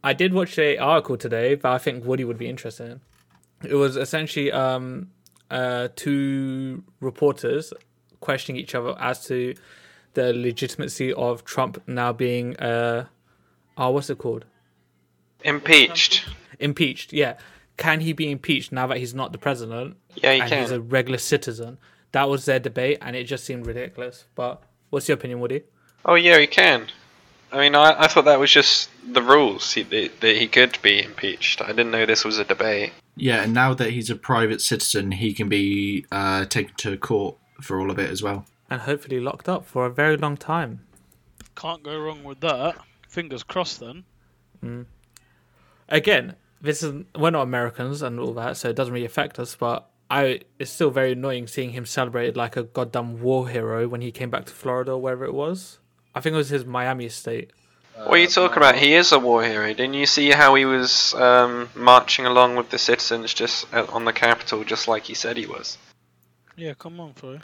[SPEAKER 4] I did watch a article today that I think Woody would be interested in. It was essentially um, uh, two reporters questioning each other as to the legitimacy of Trump now being, uh, oh, what's it called?
[SPEAKER 2] Impeached.
[SPEAKER 4] Impeached, yeah. Can he be impeached now that he's not the president
[SPEAKER 2] Yeah, you
[SPEAKER 4] and he's a
[SPEAKER 2] can.
[SPEAKER 4] regular citizen? That was their debate, and it just seemed ridiculous. But what's your opinion, Woody?
[SPEAKER 2] Oh yeah, you can. I mean, I, I thought that was just the rules he, that that he could be impeached. I didn't know this was a debate.
[SPEAKER 3] Yeah, and now that he's a private citizen, he can be uh, taken to court for all of it as well.
[SPEAKER 4] and hopefully locked up for a very long time.
[SPEAKER 1] Can't go wrong with that. Fingers crossed then.
[SPEAKER 4] Again, this is we're not Americans and all that, so it doesn't really affect us. But I, it's still very annoying seeing him celebrated like a goddamn war hero when he came back to Florida or wherever it was. I think it was his Miami estate.
[SPEAKER 2] what
[SPEAKER 4] Uh,
[SPEAKER 2] are you talking about? He is a war hero. Didn't you see how he was um, marching along with the citizens just out on the Capitol, just like he said he was?
[SPEAKER 1] Yeah, come on, Flo.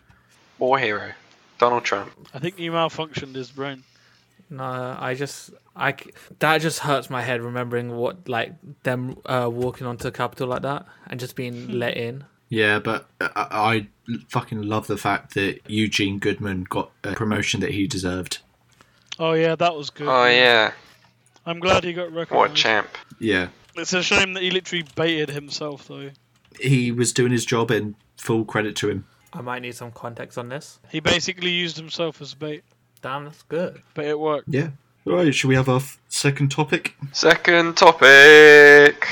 [SPEAKER 2] War hero, Donald Trump.
[SPEAKER 1] I think you malfunctioned his brain.
[SPEAKER 4] No, I just, I c- that just hurts my head remembering what like them uh, walking onto Capitol like that and just being let in.
[SPEAKER 3] Yeah, but uh, I, I fucking love the fact that Eugene Goodman got a promotion that he deserved.
[SPEAKER 1] Oh yeah, that was good.
[SPEAKER 2] Oh yeah,
[SPEAKER 1] I'm glad he got recognised.
[SPEAKER 2] what a champ.
[SPEAKER 3] Yeah.
[SPEAKER 1] It's a shame that he literally baited himself though.
[SPEAKER 3] He was doing his job and full credit to him.
[SPEAKER 4] I might need some context on this.
[SPEAKER 1] He basically used himself as bait,
[SPEAKER 4] Damn, that's good.
[SPEAKER 1] but it worked.
[SPEAKER 3] Yeah. Right, should we have our f- second topic?
[SPEAKER 2] Second topic.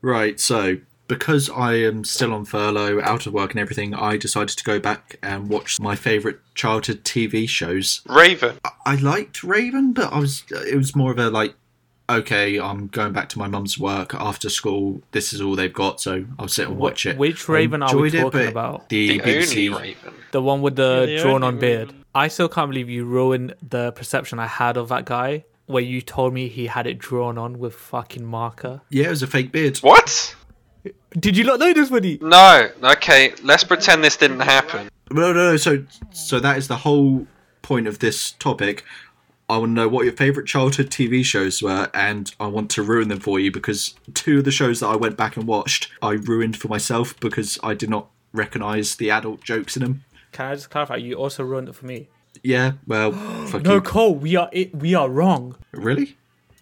[SPEAKER 3] Right, so because I am still on furlough, out of work and everything, I decided to go back and watch my favourite childhood TV shows.
[SPEAKER 2] Raven.
[SPEAKER 3] I liked Raven, but I was it was more of a like, okay, I'm going back to my mum's work after school. This is all they've got, so I'll sit and watch it.
[SPEAKER 4] Which
[SPEAKER 3] I
[SPEAKER 4] Raven are we
[SPEAKER 3] enjoyed it,
[SPEAKER 4] talking
[SPEAKER 3] but
[SPEAKER 4] about?
[SPEAKER 3] The,
[SPEAKER 2] The only
[SPEAKER 3] BBC.
[SPEAKER 2] Raven.
[SPEAKER 4] The one with the
[SPEAKER 1] Yeah, the
[SPEAKER 4] drawn on
[SPEAKER 1] only
[SPEAKER 4] beard.
[SPEAKER 1] reason-
[SPEAKER 4] I still can't believe you ruined the perception I had of that guy where you told me he had it drawn on with fucking marker.
[SPEAKER 3] Yeah, it was a fake beard.
[SPEAKER 2] What?
[SPEAKER 4] Did you not know this, Woody?
[SPEAKER 2] No. Okay, let's pretend this didn't happen.
[SPEAKER 3] No, no, no. So, so that is the whole point of this topic. I want to know what your favourite childhood TV shows were, and I want to ruin them for you because two of the shows that I went back and watched, I ruined for myself because I did not recognise the adult jokes in them.
[SPEAKER 4] Can I just clarify? You also ruined it for me.
[SPEAKER 3] Yeah, well, fuck
[SPEAKER 4] No,
[SPEAKER 3] you.
[SPEAKER 4] Cole, we are it, we are wrong.
[SPEAKER 3] Really?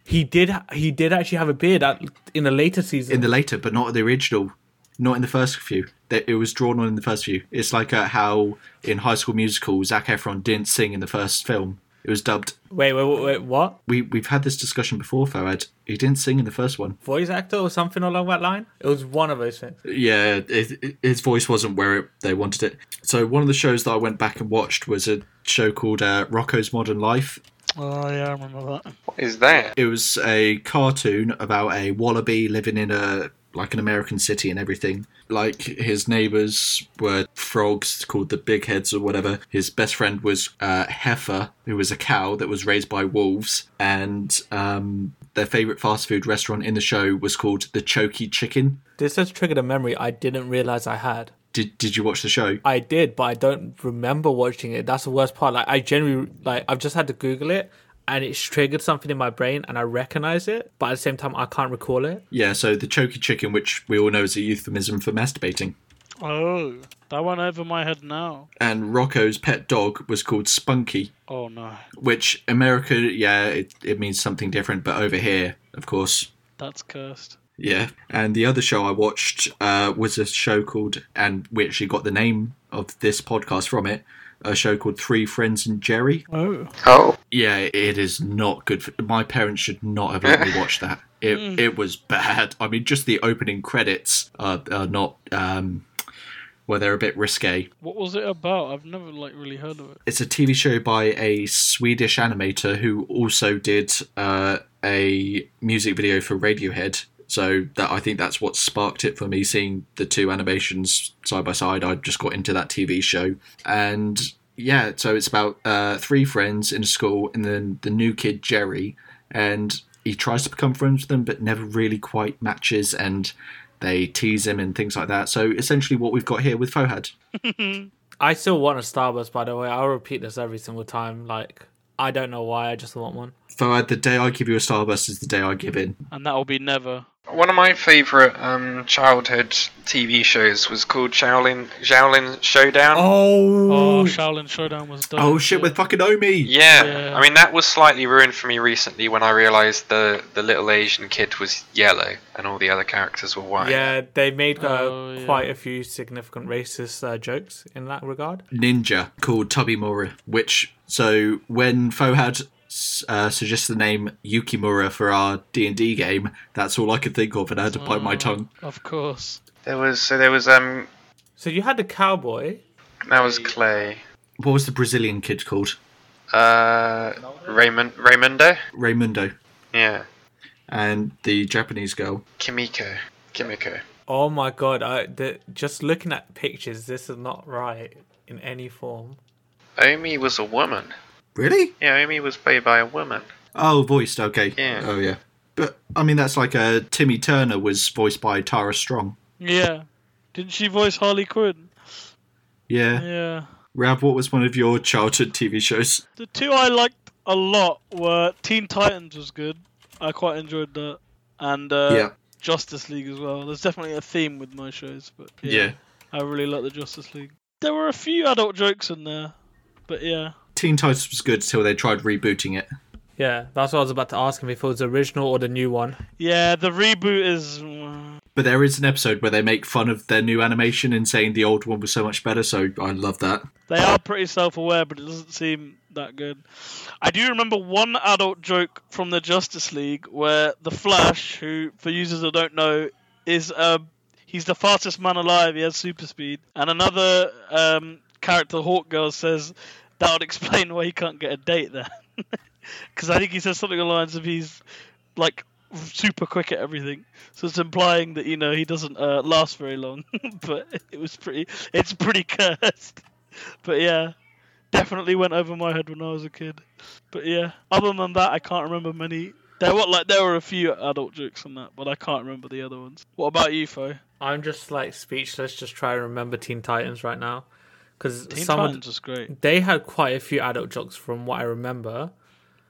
[SPEAKER 4] He did he did actually have a beard at, in the later season.
[SPEAKER 3] In the later, but not the original, not in the first few. that it was drawn on in the first few. It's like uh, how in High School Musical, Zac Efron didn't sing in the first film. It was dubbed.
[SPEAKER 4] Wait, wait, wait, wait what?
[SPEAKER 3] We we've had this discussion before, Farad. He didn't sing in the first one.
[SPEAKER 4] Voice actor or something along that line? It was one of those things.
[SPEAKER 3] Yeah, it, it- his voice wasn't where it, they wanted it. So one of the shows that I went back and watched was a show called uh, Rocco's Modern Life.
[SPEAKER 1] Oh yeah, I remember that.
[SPEAKER 2] What is that?
[SPEAKER 3] It was a cartoon about a wallaby living in a like an American city and everything. Like his neighbors were frogs called the big heads or whatever. His best friend was uh, Heifer, who was a cow that was raised by wolves. And um, their favorite fast food restaurant in the show was called the Choky Chicken.
[SPEAKER 4] This has triggered a memory I didn't realize I had.
[SPEAKER 3] Did Did you watch the show?
[SPEAKER 4] I did, but I don't remember watching it. That's the worst part. Like I generally like I've just had to Google it and it's triggered something in my brain and I recognize it, but at the same time I can't recall it.
[SPEAKER 3] Yeah, so the Choky Chicken, which we all know is a euphemism for masturbating.
[SPEAKER 1] Oh, that went over my head now.
[SPEAKER 3] And Rocco's pet dog was called Spunky.
[SPEAKER 1] Oh no,
[SPEAKER 3] which America, yeah, it, it means something different, but over here, of course,
[SPEAKER 1] that's cursed.
[SPEAKER 3] yeah. And the other show I watched uh, was a show called, and we actually got the name of this podcast from it, a show called Three Friends and Jerry.
[SPEAKER 1] Oh,
[SPEAKER 2] Oh,
[SPEAKER 3] Yeah, it is not good. For, my parents should not have let me watch that. It it was bad. I mean, just the opening credits are, are not. Um, well, they're a bit risque.
[SPEAKER 1] what was it about? I've never like really heard of it.
[SPEAKER 3] it's a TV show by a Swedish animator who also did uh, a music video for Radiohead. So that I think that's what sparked it for me. Seeing the two animations side by side, I just got into that TV show. And yeah, so it's about uh, three friends in school, and then the new kid Jerry, and he tries to become friends with them, but never really quite matches. And they tease him and things like that. So essentially, what we've got here with Fohad.
[SPEAKER 4] I still want a Starburst by the way. I'll repeat this every single time. Like I don't know why, I just want one.
[SPEAKER 3] Fohad, the day I give you a starburst is the day I give in.
[SPEAKER 1] And that'll be never.
[SPEAKER 2] one of my favourite um, childhood TV shows was called Shaolin Shaolin Showdown.
[SPEAKER 1] Oh,
[SPEAKER 4] Oh,
[SPEAKER 1] Shaolin Showdown was done.
[SPEAKER 3] Oh shit with fucking Omi.
[SPEAKER 2] Yeah.
[SPEAKER 1] Yeah.
[SPEAKER 2] I mean that was slightly ruined for me recently when I realised the the little Asian kid was yellow and all the other characters were white.
[SPEAKER 4] yeah, they made uh,
[SPEAKER 1] Oh, yeah.
[SPEAKER 4] quite a few significant racist uh, jokes in that regard.
[SPEAKER 3] Ninja called Tubby Mura, which so when Fohad uh, suggests the name Yukimura for our D and D game, that's all I could think of, and I had to bite my tongue.
[SPEAKER 1] Of course.
[SPEAKER 2] There was so there was um
[SPEAKER 4] So you had the cowboy.
[SPEAKER 2] that was Clay.
[SPEAKER 3] What was the Brazilian kid called?
[SPEAKER 2] Uh Raymond Raymundo?
[SPEAKER 3] Raimundo,
[SPEAKER 2] Yeah.
[SPEAKER 3] and the Japanese girl.
[SPEAKER 2] Kimiko. Kimiko.
[SPEAKER 4] Oh my god! I the, just looking at pictures. This is not right in any form.
[SPEAKER 2] Omi was a woman.
[SPEAKER 3] Really?
[SPEAKER 2] Yeah, Omi was played by a woman.
[SPEAKER 3] Oh, voiced. Okay.
[SPEAKER 2] Yeah.
[SPEAKER 3] Oh yeah. But I mean, that's like a Timmy Turner was voiced by Tara Strong.
[SPEAKER 1] Yeah. Didn't she voice Harley Quinn?
[SPEAKER 3] Yeah.
[SPEAKER 1] Yeah.
[SPEAKER 3] Rav, what was one of your childhood TV shows?
[SPEAKER 1] The two I liked a lot were Teen Titans was good. I quite enjoyed that. And uh,
[SPEAKER 3] Yeah.
[SPEAKER 1] Justice League as well. There's definitely a theme with my shows, but yeah,
[SPEAKER 3] yeah.
[SPEAKER 1] I really like the Justice League. There were a few adult jokes in there, but yeah.
[SPEAKER 3] Teen Titans was good till they tried rebooting it.
[SPEAKER 4] Yeah, that's what I was about to ask him if it was the original or the new one.
[SPEAKER 1] Yeah, the reboot is mm,
[SPEAKER 3] But there is an episode where they make fun of their new animation and saying the old one was so much better, so I love that.
[SPEAKER 1] They are pretty self-aware, but it doesn't seem that good. I do remember one adult joke from the Justice League where the Flash, who for users that don't know, is um, he's the fastest man alive. He has super speed, and another um, character, Hawk Girl, says that would explain why he can't get a date then, because I think he says something along the lines of he's like super quick at everything so it's implying that you know he doesn't uh, last very long but it was pretty it's pretty cursed but yeah, definitely went over my head when I was a kid. But yeah, other than that, I can't remember many. There were like there were a few adult jokes on that, but I can't remember the other ones. What about you, Fo?
[SPEAKER 4] I'm just like speechless, just trying to remember Teen Titans right now, because
[SPEAKER 1] Teen
[SPEAKER 4] some of
[SPEAKER 1] Titans was great,
[SPEAKER 4] th- they had quite a few adult jokes from what I remember.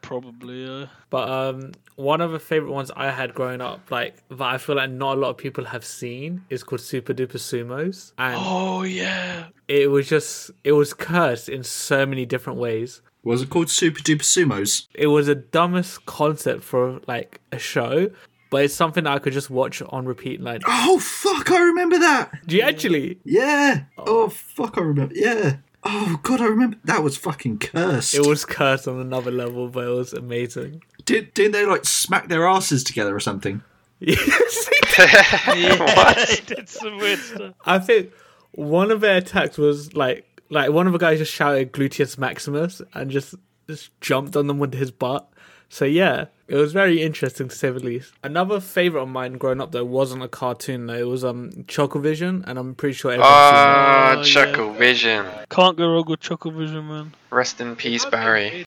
[SPEAKER 1] probably. Uh,
[SPEAKER 4] But um, one of the favorite ones I had growing up, like that I feel like not a lot of people have seen, is called Super Duper Sumos, and
[SPEAKER 1] oh yeah,
[SPEAKER 4] it was just it was cursed in so many different ways.
[SPEAKER 3] Was it called Super Duper Sumos?
[SPEAKER 4] it was the dumbest concept for like a show but it's something that I could just watch on repeat. Like,
[SPEAKER 3] Oh fuck! I remember that.
[SPEAKER 4] do you actually?
[SPEAKER 3] Yeah. Oh fuck! I remember. Yeah. Oh god! I remember that was fucking cursed.
[SPEAKER 4] It was cursed on another level, but it was amazing.
[SPEAKER 3] Did, didn't they like smack their asses together or something?
[SPEAKER 4] Yes,
[SPEAKER 1] They did some weird stuff.
[SPEAKER 4] I think one of their attacks was like like one of the guys just shouted gluteus maximus and just just jumped on them with his butt. So yeah, it was very interesting to say the least. Another favorite of mine growing up though wasn't a cartoon though. It was um Chocovision, and I'm pretty sure everyone's seen
[SPEAKER 2] Ah,
[SPEAKER 1] Oh, yeah.
[SPEAKER 2] Chuckle Vision.
[SPEAKER 1] Can't go wrong with Chuckle Vision, man.
[SPEAKER 2] Rest in peace, Barry.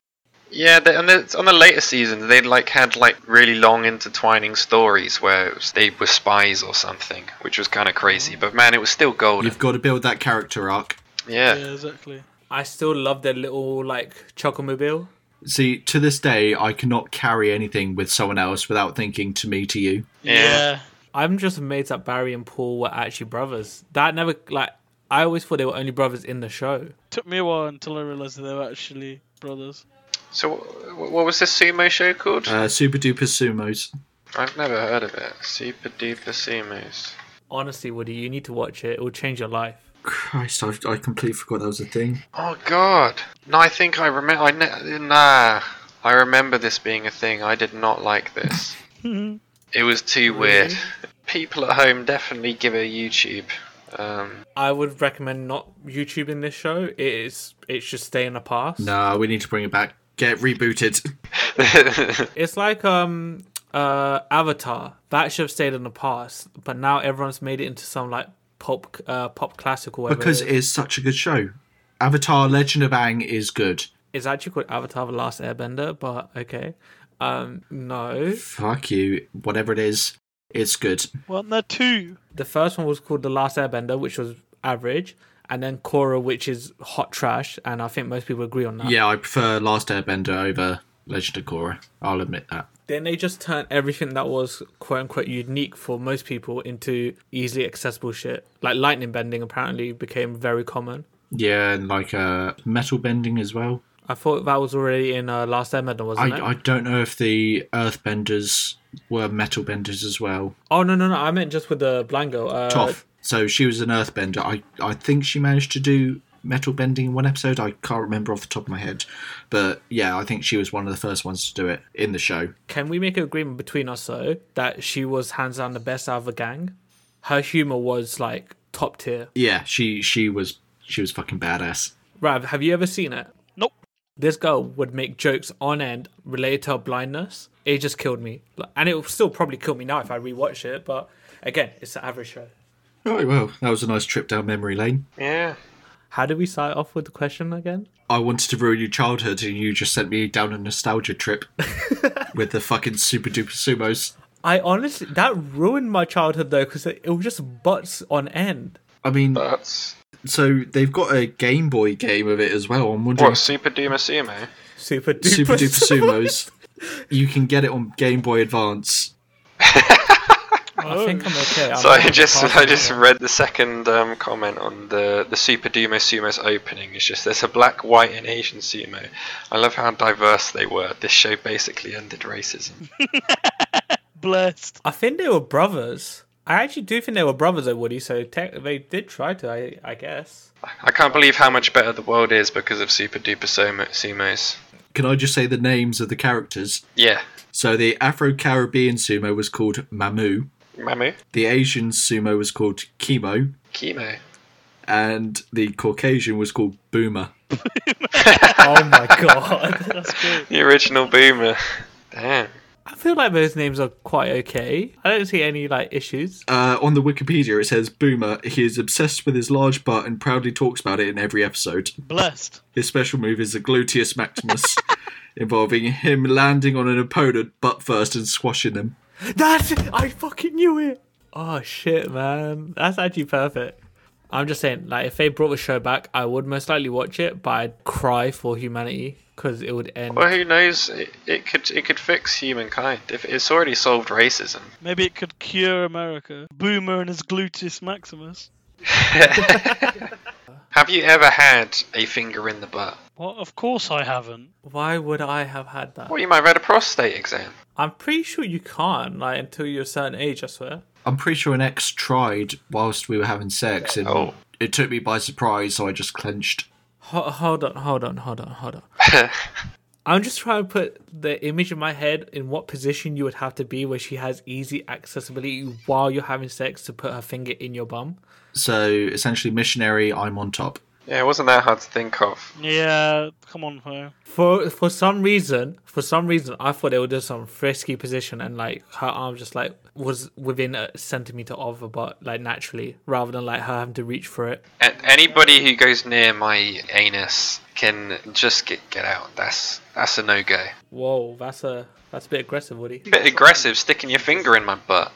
[SPEAKER 2] Yeah, they, and it's on the later seasons, they like had like really long intertwining stories where it was, they were spies or something, which was kind of crazy. But man, it was still golden.
[SPEAKER 3] You've got to build that character arc.
[SPEAKER 2] Yeah.
[SPEAKER 1] Yeah, exactly.
[SPEAKER 4] it. I still love their little like Chocomobile.
[SPEAKER 3] See, to this day, I cannot carry anything with someone else without thinking to me to you.
[SPEAKER 2] Yeah.
[SPEAKER 1] yeah.
[SPEAKER 4] I'm just amazed that Barry and Paul were actually brothers. That never like I always thought they were only brothers in the show.
[SPEAKER 1] Took me a while until I realised that they were actually brothers.
[SPEAKER 2] So, wh- what was this sumo show called?
[SPEAKER 3] Uh, Super duper sumos.
[SPEAKER 2] I've never heard of it. Super duper sumos.
[SPEAKER 4] Honestly, Woody, you need to watch it. It will change your life.
[SPEAKER 3] Christ, I, I completely forgot that was a thing.
[SPEAKER 2] Oh God! No, I think I remember. I ne- nah, I remember this being a thing. I did not like this. it was too weird. People at home definitely give a YouTube. Um,
[SPEAKER 4] I would recommend not YouTubing this show. It is it should stay in the past.
[SPEAKER 3] Nah, we need to bring it back. Get rebooted.
[SPEAKER 4] It's like um uh Avatar. That should have stayed in the past, but now everyone's made it into some like pop uh pop classic or whatever.
[SPEAKER 3] because
[SPEAKER 4] it
[SPEAKER 3] it
[SPEAKER 4] is.
[SPEAKER 3] is such a good show. Avatar Legend of Aang is good.
[SPEAKER 4] it's actually called Avatar the Last Airbender, but okay. Um no.
[SPEAKER 3] Fuck you. Whatever it is, it's good.
[SPEAKER 1] Weren't there two?
[SPEAKER 4] The first one was called The Last Airbender, which was average, and then Korra, which is hot trash, and I think most people agree on that.
[SPEAKER 3] Yeah, I prefer Last Airbender over Legend of Korra. I'll admit that.
[SPEAKER 4] Then they just turned everything that was quote unquote unique for most people into easily accessible shit. Like lightning bending apparently became very common.
[SPEAKER 3] Yeah, and like uh, metal bending as well.
[SPEAKER 4] I thought that was already in uh, Last Airbender,
[SPEAKER 3] I,
[SPEAKER 4] wasn't it?
[SPEAKER 3] I don't know if the Earthbenders were metal benders as well.
[SPEAKER 4] Oh no no no! I meant just with the blind girl. Uh,
[SPEAKER 3] Toph. So she was an Earthbender. I, I think she managed to do metal bending in one episode. I can't remember off the top of my head. But yeah, I think she was one of the first ones to do it in the show.
[SPEAKER 4] Can we make an agreement between us though that she was hands down the best out of the gang? Her humor was like top tier.
[SPEAKER 3] Yeah, she she was she was fucking badass.
[SPEAKER 4] Rav, have you ever seen it?
[SPEAKER 1] Nope.
[SPEAKER 4] This girl would make jokes on end related to her blindness. It just killed me, Like, and it will still probably kill me now if I rewatch it. But again, it's an average show.
[SPEAKER 3] Right, well, that was a nice trip down memory lane.
[SPEAKER 2] yeah.
[SPEAKER 4] How did we start off with the question again?
[SPEAKER 3] I wanted to ruin your childhood, and you just sent me down a nostalgia trip with the fucking super duper sumos.
[SPEAKER 4] I honestly that ruined my childhood though because it, it was just butts on end.
[SPEAKER 3] I mean,
[SPEAKER 2] That's
[SPEAKER 3] so they've got a Game Boy game of it as well. I'm wondering
[SPEAKER 2] what Super Duma Sumo.
[SPEAKER 4] Super duper.
[SPEAKER 3] super duper
[SPEAKER 4] super-
[SPEAKER 3] sumos. You can get it on Game Boy Advance.
[SPEAKER 4] I think I'm okay. I'm
[SPEAKER 2] So I
[SPEAKER 4] having
[SPEAKER 2] just
[SPEAKER 4] a
[SPEAKER 2] I just
[SPEAKER 4] party.
[SPEAKER 2] read the second um, comment on the the Super Duma Sumo's opening. It's just there's a black, white, and Asian sumo. I love how diverse they were. This show basically ended racism.
[SPEAKER 1] Blessed.
[SPEAKER 4] I think they were brothers. I actually do think they were brothers though, Woody. So tech they did try to. I I guess.
[SPEAKER 2] I can't believe how much better the world is because of Super Duper Sumo, Sumos.
[SPEAKER 3] Can I just say the names of the characters?
[SPEAKER 2] Yeah.
[SPEAKER 3] So the Afro Caribbean sumo was called Mamu.
[SPEAKER 2] Mamu?
[SPEAKER 3] The Asian sumo was called Chemo,
[SPEAKER 2] Chemo.
[SPEAKER 3] and the Caucasian was called Boomer.
[SPEAKER 4] Oh my god.
[SPEAKER 1] That's good.
[SPEAKER 2] The original boomer. Damn.
[SPEAKER 4] I feel like those names are quite okay. I don't see any like issues.
[SPEAKER 3] Uh, on the Wikipedia, it says Boomer. He is obsessed with his large butt and proudly talks about it in every episode.
[SPEAKER 1] Blessed.
[SPEAKER 3] His special move is the gluteus maximus, involving him landing on an opponent butt first and squashing them.
[SPEAKER 4] That's it. I fucking knew it. Oh shit, man. That's actually perfect. I'm just saying, like, if they brought the show back, I would most likely watch it, but I'd cry for humanity because it would end.
[SPEAKER 2] Well, who knows? It, it could it could fix humankind. If it's already solved racism.
[SPEAKER 1] Maybe it could cure America. Boomer and his gluteus maximus.
[SPEAKER 2] Have you ever had a finger in the butt?
[SPEAKER 1] Well, of course I haven't.
[SPEAKER 4] Why would I have had that?
[SPEAKER 2] Well, you might have had a prostate exam.
[SPEAKER 4] I'm pretty sure you can't, like, until you're a certain age, I swear.
[SPEAKER 3] I'm pretty sure an ex tried whilst we were having sex, and
[SPEAKER 2] Oh.
[SPEAKER 3] it took me by surprise, so I just clenched.
[SPEAKER 4] Ho- hold on, hold on, hold on, hold on. I'm just trying to put the image in my head in what position you would have to be where she has easy accessibility while you're having sex to put her finger in your bum.
[SPEAKER 3] So essentially, missionary, I'm on top.
[SPEAKER 2] yeah, it wasn't that hard to think of.
[SPEAKER 1] Yeah, come on, her.
[SPEAKER 4] For for some reason, for some reason, I thought it would do some frisky position and like her arm just like was within a centimeter of her butt, like naturally, rather than like her having to reach for it.
[SPEAKER 2] A- anybody who goes near my anus can just get get out. That's that's a no go.
[SPEAKER 4] Whoa, that's a that's a bit aggressive, Woody.
[SPEAKER 2] Bit aggressive, sticking your finger in my butt.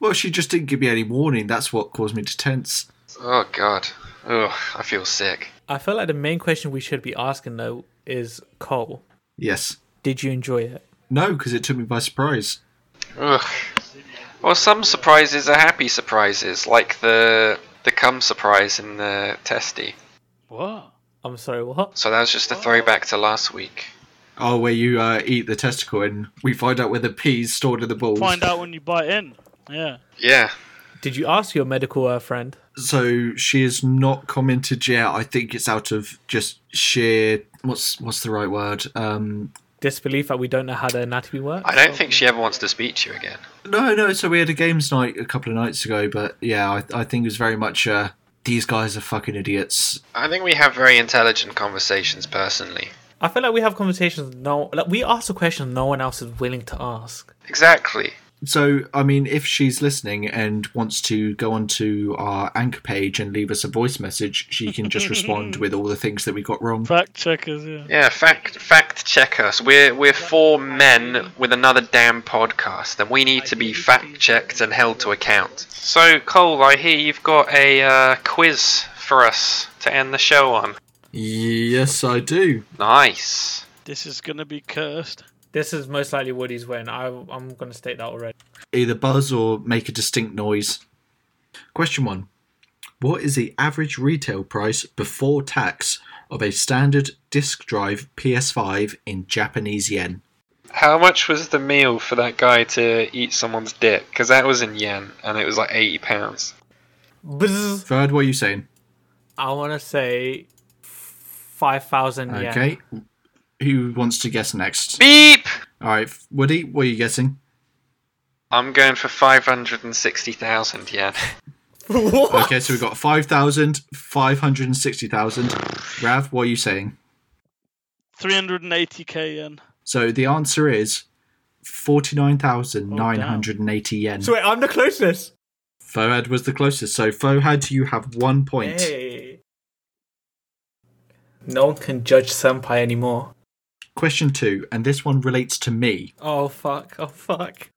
[SPEAKER 3] Well, she just didn't give me any warning. That's what caused me to tense.
[SPEAKER 2] Oh god. Ugh, I feel sick.
[SPEAKER 4] I feel like the main question we should be asking though is Cole,
[SPEAKER 3] Yes.
[SPEAKER 4] did you enjoy it?
[SPEAKER 3] No, because it took me by surprise.
[SPEAKER 2] Ugh. Well, some surprises are happy surprises, like the the cum surprise in the testy.
[SPEAKER 1] What?
[SPEAKER 4] I'm sorry, what?
[SPEAKER 2] So that was just a throwback to last week.
[SPEAKER 3] Oh, where you uh, eat the testicle and we find out where the peas stored in the balls.
[SPEAKER 1] Find out when you bite in. Yeah.
[SPEAKER 2] Yeah.
[SPEAKER 4] Did you ask your medical uh, friend?
[SPEAKER 3] So she has not commented yet. I think it's out of just sheer what's what's the right word? Um,
[SPEAKER 4] Disbelief that we don't know how the anatomy works?
[SPEAKER 2] I don't think she ever wants to speak to you again.
[SPEAKER 3] no, no. So we had a games night a couple of nights ago, but yeah, I, I think it was very much uh, these guys are fucking idiots.
[SPEAKER 2] I think we have very intelligent conversations personally.
[SPEAKER 4] I feel like we have conversations no like we ask a question no one else is willing to ask.
[SPEAKER 2] Exactly.
[SPEAKER 3] So I mean, if she's listening and wants to go onto our anchor page and leave us a voice message, she can just respond with all the things that we got wrong.
[SPEAKER 1] Fact checkers, yeah.
[SPEAKER 2] Yeah, fact fact check us. We're we're four men with another damn podcast, and we need to be fact checked and held to account. So, Cole, I hear you've got a uh, quiz for us to end the show on.
[SPEAKER 3] Yes, I do.
[SPEAKER 2] Nice.
[SPEAKER 1] This is gonna be cursed.
[SPEAKER 4] This is most likely Woody's win. I I'm gonna state that already.
[SPEAKER 3] either buzz or make a distinct noise. Question one What is the average retail price before tax of a standard disk drive PS5 in Japanese yen?
[SPEAKER 2] How much was the meal for that guy to eat someone's dick? Because that was in yen, and it was like eighty pounds.
[SPEAKER 4] Bzzz.
[SPEAKER 3] Third, what are you saying?
[SPEAKER 4] I wanna say five thousand yen.
[SPEAKER 3] Okay. Who wants to guess next?
[SPEAKER 2] Beep.
[SPEAKER 3] All right, Woody, what are you guessing?
[SPEAKER 2] I'm going for five hundred and sixty thousand yen.
[SPEAKER 4] What?
[SPEAKER 3] Okay, so we've got 5,000, 560,000. Rav, what are you saying?
[SPEAKER 1] 380k yen.
[SPEAKER 3] So the answer is 49,980 yen.
[SPEAKER 4] So wait, I'm the closest.
[SPEAKER 3] Fohad was the closest. So Fohad, you have one point.
[SPEAKER 4] Hey. No one can judge Senpai anymore.
[SPEAKER 3] Question two, and this one relates to me.
[SPEAKER 4] Oh fuck, oh fuck.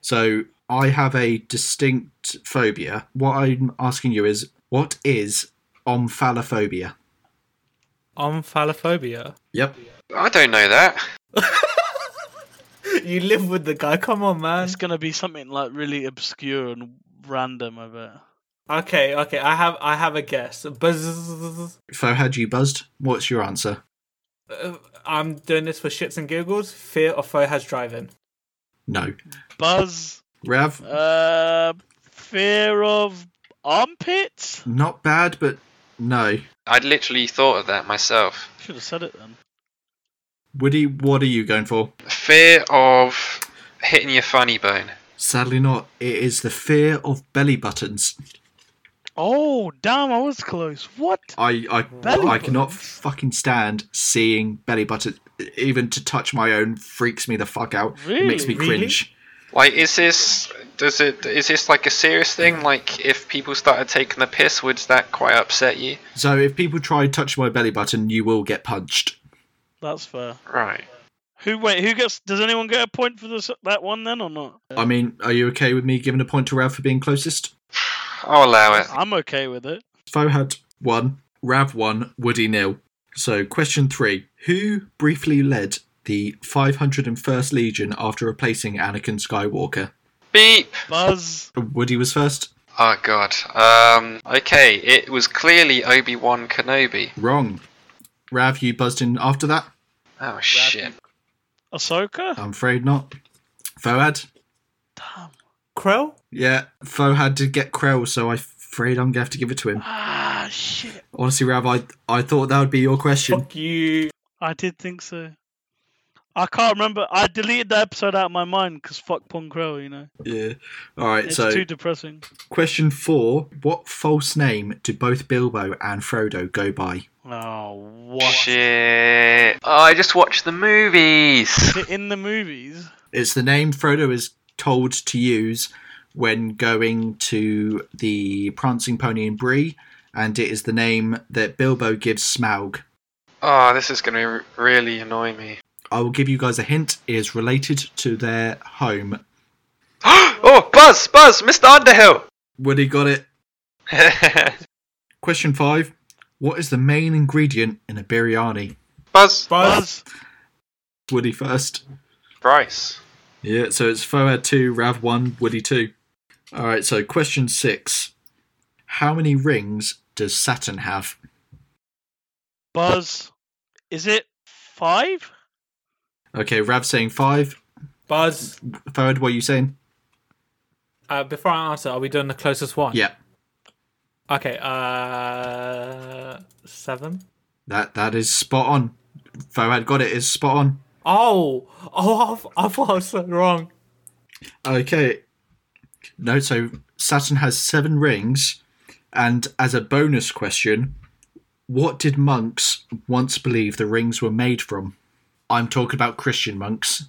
[SPEAKER 3] So I have a distinct phobia. What I'm asking you is, what is omphalophobia?
[SPEAKER 4] Omphalophobia.
[SPEAKER 3] Yep.
[SPEAKER 2] I don't know that.
[SPEAKER 4] You live with the guy, come on man.
[SPEAKER 1] It's gonna be something like really obscure and random, I bet.
[SPEAKER 4] Okay, okay, I have I have a guess. Buzz
[SPEAKER 3] Fohad, you buzzed. What's your answer?
[SPEAKER 4] Uh, I'm doing this for shits and giggles. Fear of Fohaz driving.
[SPEAKER 3] No.
[SPEAKER 1] Buzz.
[SPEAKER 3] Rav,
[SPEAKER 1] Uh, fear of armpits.
[SPEAKER 3] not bad, but no.
[SPEAKER 2] I'd literally thought of that myself.
[SPEAKER 1] Should have said it then.
[SPEAKER 3] Woody, what are you going for?
[SPEAKER 2] Fear of hitting your funny bone.
[SPEAKER 3] Sadly not. It is the fear of belly buttons.
[SPEAKER 1] Oh damn! I was close. What?
[SPEAKER 3] I I,
[SPEAKER 1] Belly
[SPEAKER 3] I cannot
[SPEAKER 1] buttons?
[SPEAKER 3] fucking stand seeing belly buttons. Even to touch my own freaks me the fuck out. It makes me
[SPEAKER 1] Really?
[SPEAKER 4] Really?
[SPEAKER 3] cringe.
[SPEAKER 2] Like, is this does it is this like a serious thing? Like, if people started taking the piss, would that quite upset you?
[SPEAKER 3] So if people try and touch my belly button, you will get punched.
[SPEAKER 1] That's fair.
[SPEAKER 2] Right.
[SPEAKER 1] Who wait? Who gets? Does anyone get a point for this that one then or not?
[SPEAKER 3] I mean, are you okay with me giving a point to Rav for being closest?
[SPEAKER 2] I'll allow it.
[SPEAKER 1] I'm okay with it.
[SPEAKER 3] Foe had one, Rav one, Woody nil. So question three: Who briefly led the 501st Legion after replacing Anakin Skywalker?
[SPEAKER 2] Beep.
[SPEAKER 1] Buzz.
[SPEAKER 3] Woody was first.
[SPEAKER 2] Oh god. Um, okay, it was clearly Obi Wan Kenobi.
[SPEAKER 3] Wrong. Rav, you buzzed in after that?
[SPEAKER 2] Oh shit.
[SPEAKER 1] Ahsoka?
[SPEAKER 3] I'm afraid not. Foad?
[SPEAKER 1] Damn.
[SPEAKER 4] Crow?
[SPEAKER 3] Yeah, Foad did get Krell, so I'm afraid I'm going to have to give it to him.
[SPEAKER 1] Ah, shit.
[SPEAKER 3] Honestly, Rav, I, I thought that would be your question.
[SPEAKER 4] Fuck you.
[SPEAKER 1] I did think so. I can't remember. I deleted that episode out of my mind because fuck Punkro, you know.
[SPEAKER 3] Yeah. All right,
[SPEAKER 1] It's
[SPEAKER 3] so
[SPEAKER 1] too depressing.
[SPEAKER 3] question four What false name do both Bilbo and Frodo go by?
[SPEAKER 1] Oh, what?
[SPEAKER 2] Shit. Oh, I just watched the movies.
[SPEAKER 1] Is it in the movies?
[SPEAKER 3] It's the name Frodo is told to use when going to the Prancing Pony in Bree, and it is the name that Bilbo gives Smaug.
[SPEAKER 2] Oh, this is going to r- really annoy me.
[SPEAKER 3] I will give you guys a hint. It is related to their home.
[SPEAKER 2] oh, Buzz, Buzz, Mr. Underhill.
[SPEAKER 3] Woody got it. Question five. What is the main ingredient in a biryani?
[SPEAKER 2] Buzz,
[SPEAKER 1] Buzz.
[SPEAKER 3] Woody first.
[SPEAKER 2] Bryce.
[SPEAKER 3] Yeah, so it's Foad 2, Rav 1, Woody 2. All right, so question six. How many rings does Saturn have?
[SPEAKER 1] Buzz. Is it five?
[SPEAKER 3] Okay, Rav saying five.
[SPEAKER 4] Buzz,
[SPEAKER 3] Foad, what are you saying?
[SPEAKER 4] uh, before I answer, are we doing the closest one?
[SPEAKER 3] Yeah,
[SPEAKER 4] Okay, uh. Seven?
[SPEAKER 3] that that is spot on. Foad got it, is spot on.
[SPEAKER 4] Oh! Oh, I, th- I thought I was so wrong.
[SPEAKER 3] Okay. No, so Saturn has seven rings, and as a bonus question, what did monks once believe the rings were made from? I'm talking about Christian monks.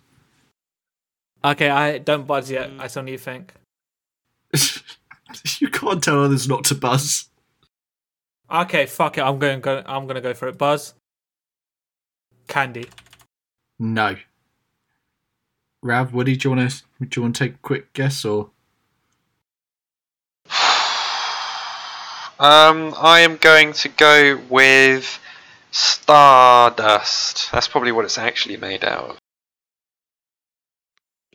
[SPEAKER 4] Okay, I don't buzz yet. I still need to think.
[SPEAKER 3] you can't tell others not to buzz.
[SPEAKER 4] Okay, fuck it. I'm going. Go, I'm going to go for it. Buzz. Candy.
[SPEAKER 3] No. Rav, Woody, do you want to do you want to take a quick guess or?
[SPEAKER 2] Um, I am going to go with Stardust. That's probably what it's actually made out of.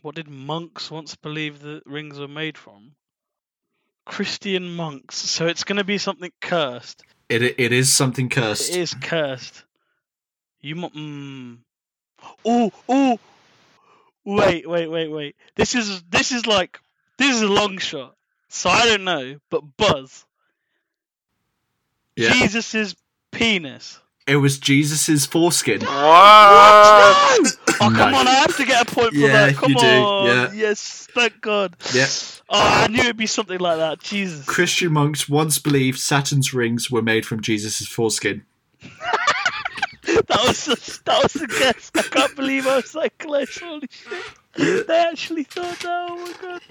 [SPEAKER 1] What did monks once believe the rings were made from? Christian monks. So it's going to be something cursed.
[SPEAKER 3] It it is something
[SPEAKER 1] It
[SPEAKER 3] cursed.
[SPEAKER 1] is cursed. You mu- mm. Oh, oh. Wait, wait, wait, wait. This is this is like this is a long shot. So I don't know, but Buzz
[SPEAKER 3] yeah.
[SPEAKER 1] Jesus's penis.
[SPEAKER 3] It was Jesus's foreskin.
[SPEAKER 2] What?
[SPEAKER 1] No! Oh come
[SPEAKER 3] No.
[SPEAKER 1] on! I have to get a point for
[SPEAKER 3] Yeah,
[SPEAKER 1] that. Come
[SPEAKER 3] you do,
[SPEAKER 1] on.
[SPEAKER 3] yeah.
[SPEAKER 1] Yes, thank God.
[SPEAKER 3] Yeah.
[SPEAKER 1] Oh, I knew it'd be something like that. Jesus.
[SPEAKER 3] Christian monks once believed Saturn's rings were made from Jesus's foreskin.
[SPEAKER 1] That was a, that was a guess. I can't believe I was that close. Holy shit! They actually thought that. Oh my god.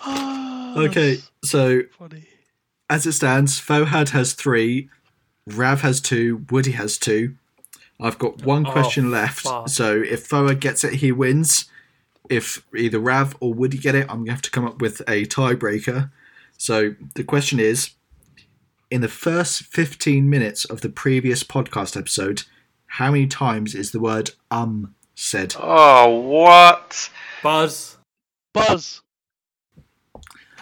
[SPEAKER 1] Ah,
[SPEAKER 3] Okay,
[SPEAKER 1] that's
[SPEAKER 3] so
[SPEAKER 1] Funny.
[SPEAKER 3] as it stands, Fohad has three, Rav has two, Woody has two. I've got one
[SPEAKER 4] Oh,
[SPEAKER 3] question left.
[SPEAKER 4] fuck.
[SPEAKER 3] So if Fohad gets it, he wins. If either Rav or Woody get it, I'm going to have to come up with a tiebreaker. So the question is In the first 15 minutes of the previous podcast episode, how many times is the word um said?
[SPEAKER 2] Oh, what?
[SPEAKER 4] Buzz.
[SPEAKER 1] Buzz.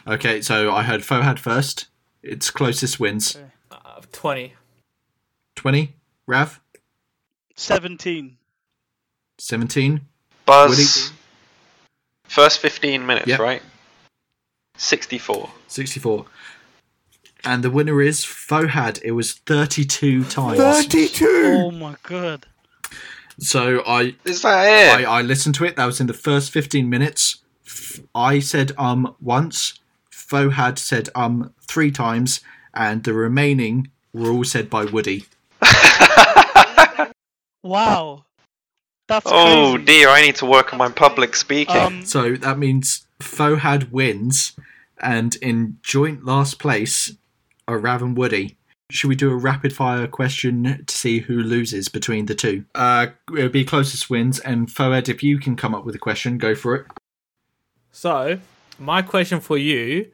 [SPEAKER 3] Okay, so I heard Fohad first. It's closest wins.
[SPEAKER 4] Uh, Twenty.
[SPEAKER 3] 20, Rav,
[SPEAKER 1] 17.
[SPEAKER 3] 17.
[SPEAKER 2] Buzz. First 15 minutes,
[SPEAKER 3] Yep.
[SPEAKER 2] right? 64.
[SPEAKER 3] 64. And the winner is Fohad. It was 32 times.
[SPEAKER 4] Thirty-two.
[SPEAKER 1] Oh my god.
[SPEAKER 3] So I,
[SPEAKER 2] Is that
[SPEAKER 3] I
[SPEAKER 2] it?
[SPEAKER 3] I listened to it. That was in the first 15 minutes. F- I said um once. Fohad said um three times. And the remaining were all said by Woody.
[SPEAKER 1] Wow. That's
[SPEAKER 2] oh
[SPEAKER 1] crazy.
[SPEAKER 2] dear, I need to work on my public speaking.
[SPEAKER 1] Um,
[SPEAKER 3] So that means Fohad wins. And in joint last place are Rav and Woody. Should we do a rapid fire question to see who loses between the two? Uh, it'll be closest wins. And Foed, if you can come up with a question, go for it.
[SPEAKER 4] So, my question for you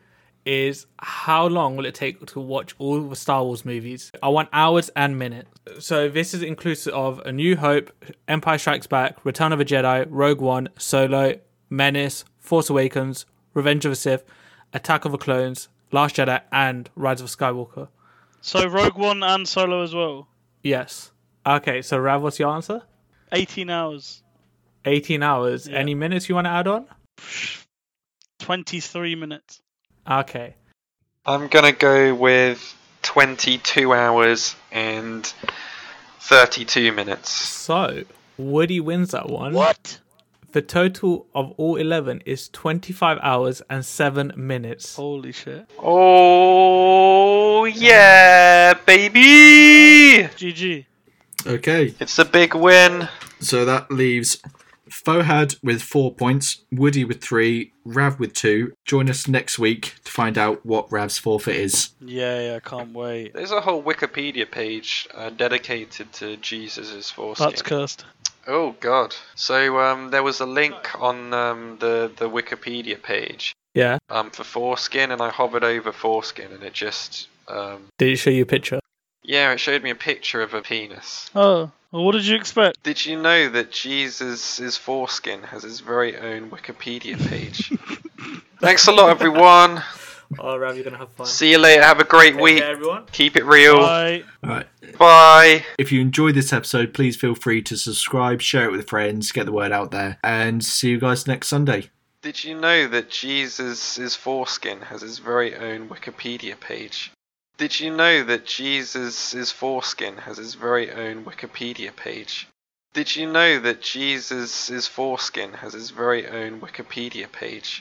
[SPEAKER 4] is: How long will it take to watch all the Star Wars movies? I want hours and minutes. So this is inclusive of A New Hope, Empire Strikes Back, Return of a Jedi, Rogue One, Solo, Menace, Force Awakens, Revenge of the Sith, Attack of the Clones, Last Jedi, and Rise of Skywalker.
[SPEAKER 1] So Rogue One and Solo as well.
[SPEAKER 4] Yes. Okay, so Rav, what's your answer?
[SPEAKER 1] 18 hours,
[SPEAKER 4] 18 hours.
[SPEAKER 1] Yeah.
[SPEAKER 4] Any minutes you want to add on?
[SPEAKER 1] 23 minutes.
[SPEAKER 4] Okay.
[SPEAKER 2] I'm gonna go with 22 hours and 32 minutes.
[SPEAKER 4] So, Woody wins that one.
[SPEAKER 1] What?
[SPEAKER 4] The total of all 11 is 25 hours and 7 minutes.
[SPEAKER 1] Holy shit.
[SPEAKER 2] Oh yeah, baby!
[SPEAKER 1] GG.
[SPEAKER 3] Okay,
[SPEAKER 2] It's a big win.
[SPEAKER 3] so that leaves Fohad with four points, Woody with three, Rav with two. Join us next week to find out what Rav's forfeit is.
[SPEAKER 1] Yeah, yeah, I can't wait.
[SPEAKER 2] There's a whole Wikipedia page uh, dedicated to Jesus's foreskin.
[SPEAKER 1] That's cursed.
[SPEAKER 2] Oh God! So um, there was a link on um, the the Wikipedia page
[SPEAKER 4] Yeah.
[SPEAKER 2] um, for foreskin, and I hovered over foreskin, and it just um,
[SPEAKER 4] Did it show you a picture?
[SPEAKER 2] yeah, it showed me a picture of a penis.
[SPEAKER 1] Oh, well, what did you expect?
[SPEAKER 2] Did you know that Jesus' foreskin has his very own Wikipedia page? Thanks a lot, everyone.
[SPEAKER 4] Oh, Rav, you're going to have fun.
[SPEAKER 2] See you later. Have a great week.
[SPEAKER 4] everyone.
[SPEAKER 2] Keep it real.
[SPEAKER 1] Bye.
[SPEAKER 3] All right.
[SPEAKER 2] Bye.
[SPEAKER 3] If you enjoyed this episode, please feel free to subscribe, share it with friends, get the word out there, and see you guys next Sunday.
[SPEAKER 2] Did you know that Jesus' foreskin has his very own Wikipedia page? Did you know that Jesus' foreskin has his very own Wikipedia page? Did you know that Jesus' foreskin has his very own Wikipedia page?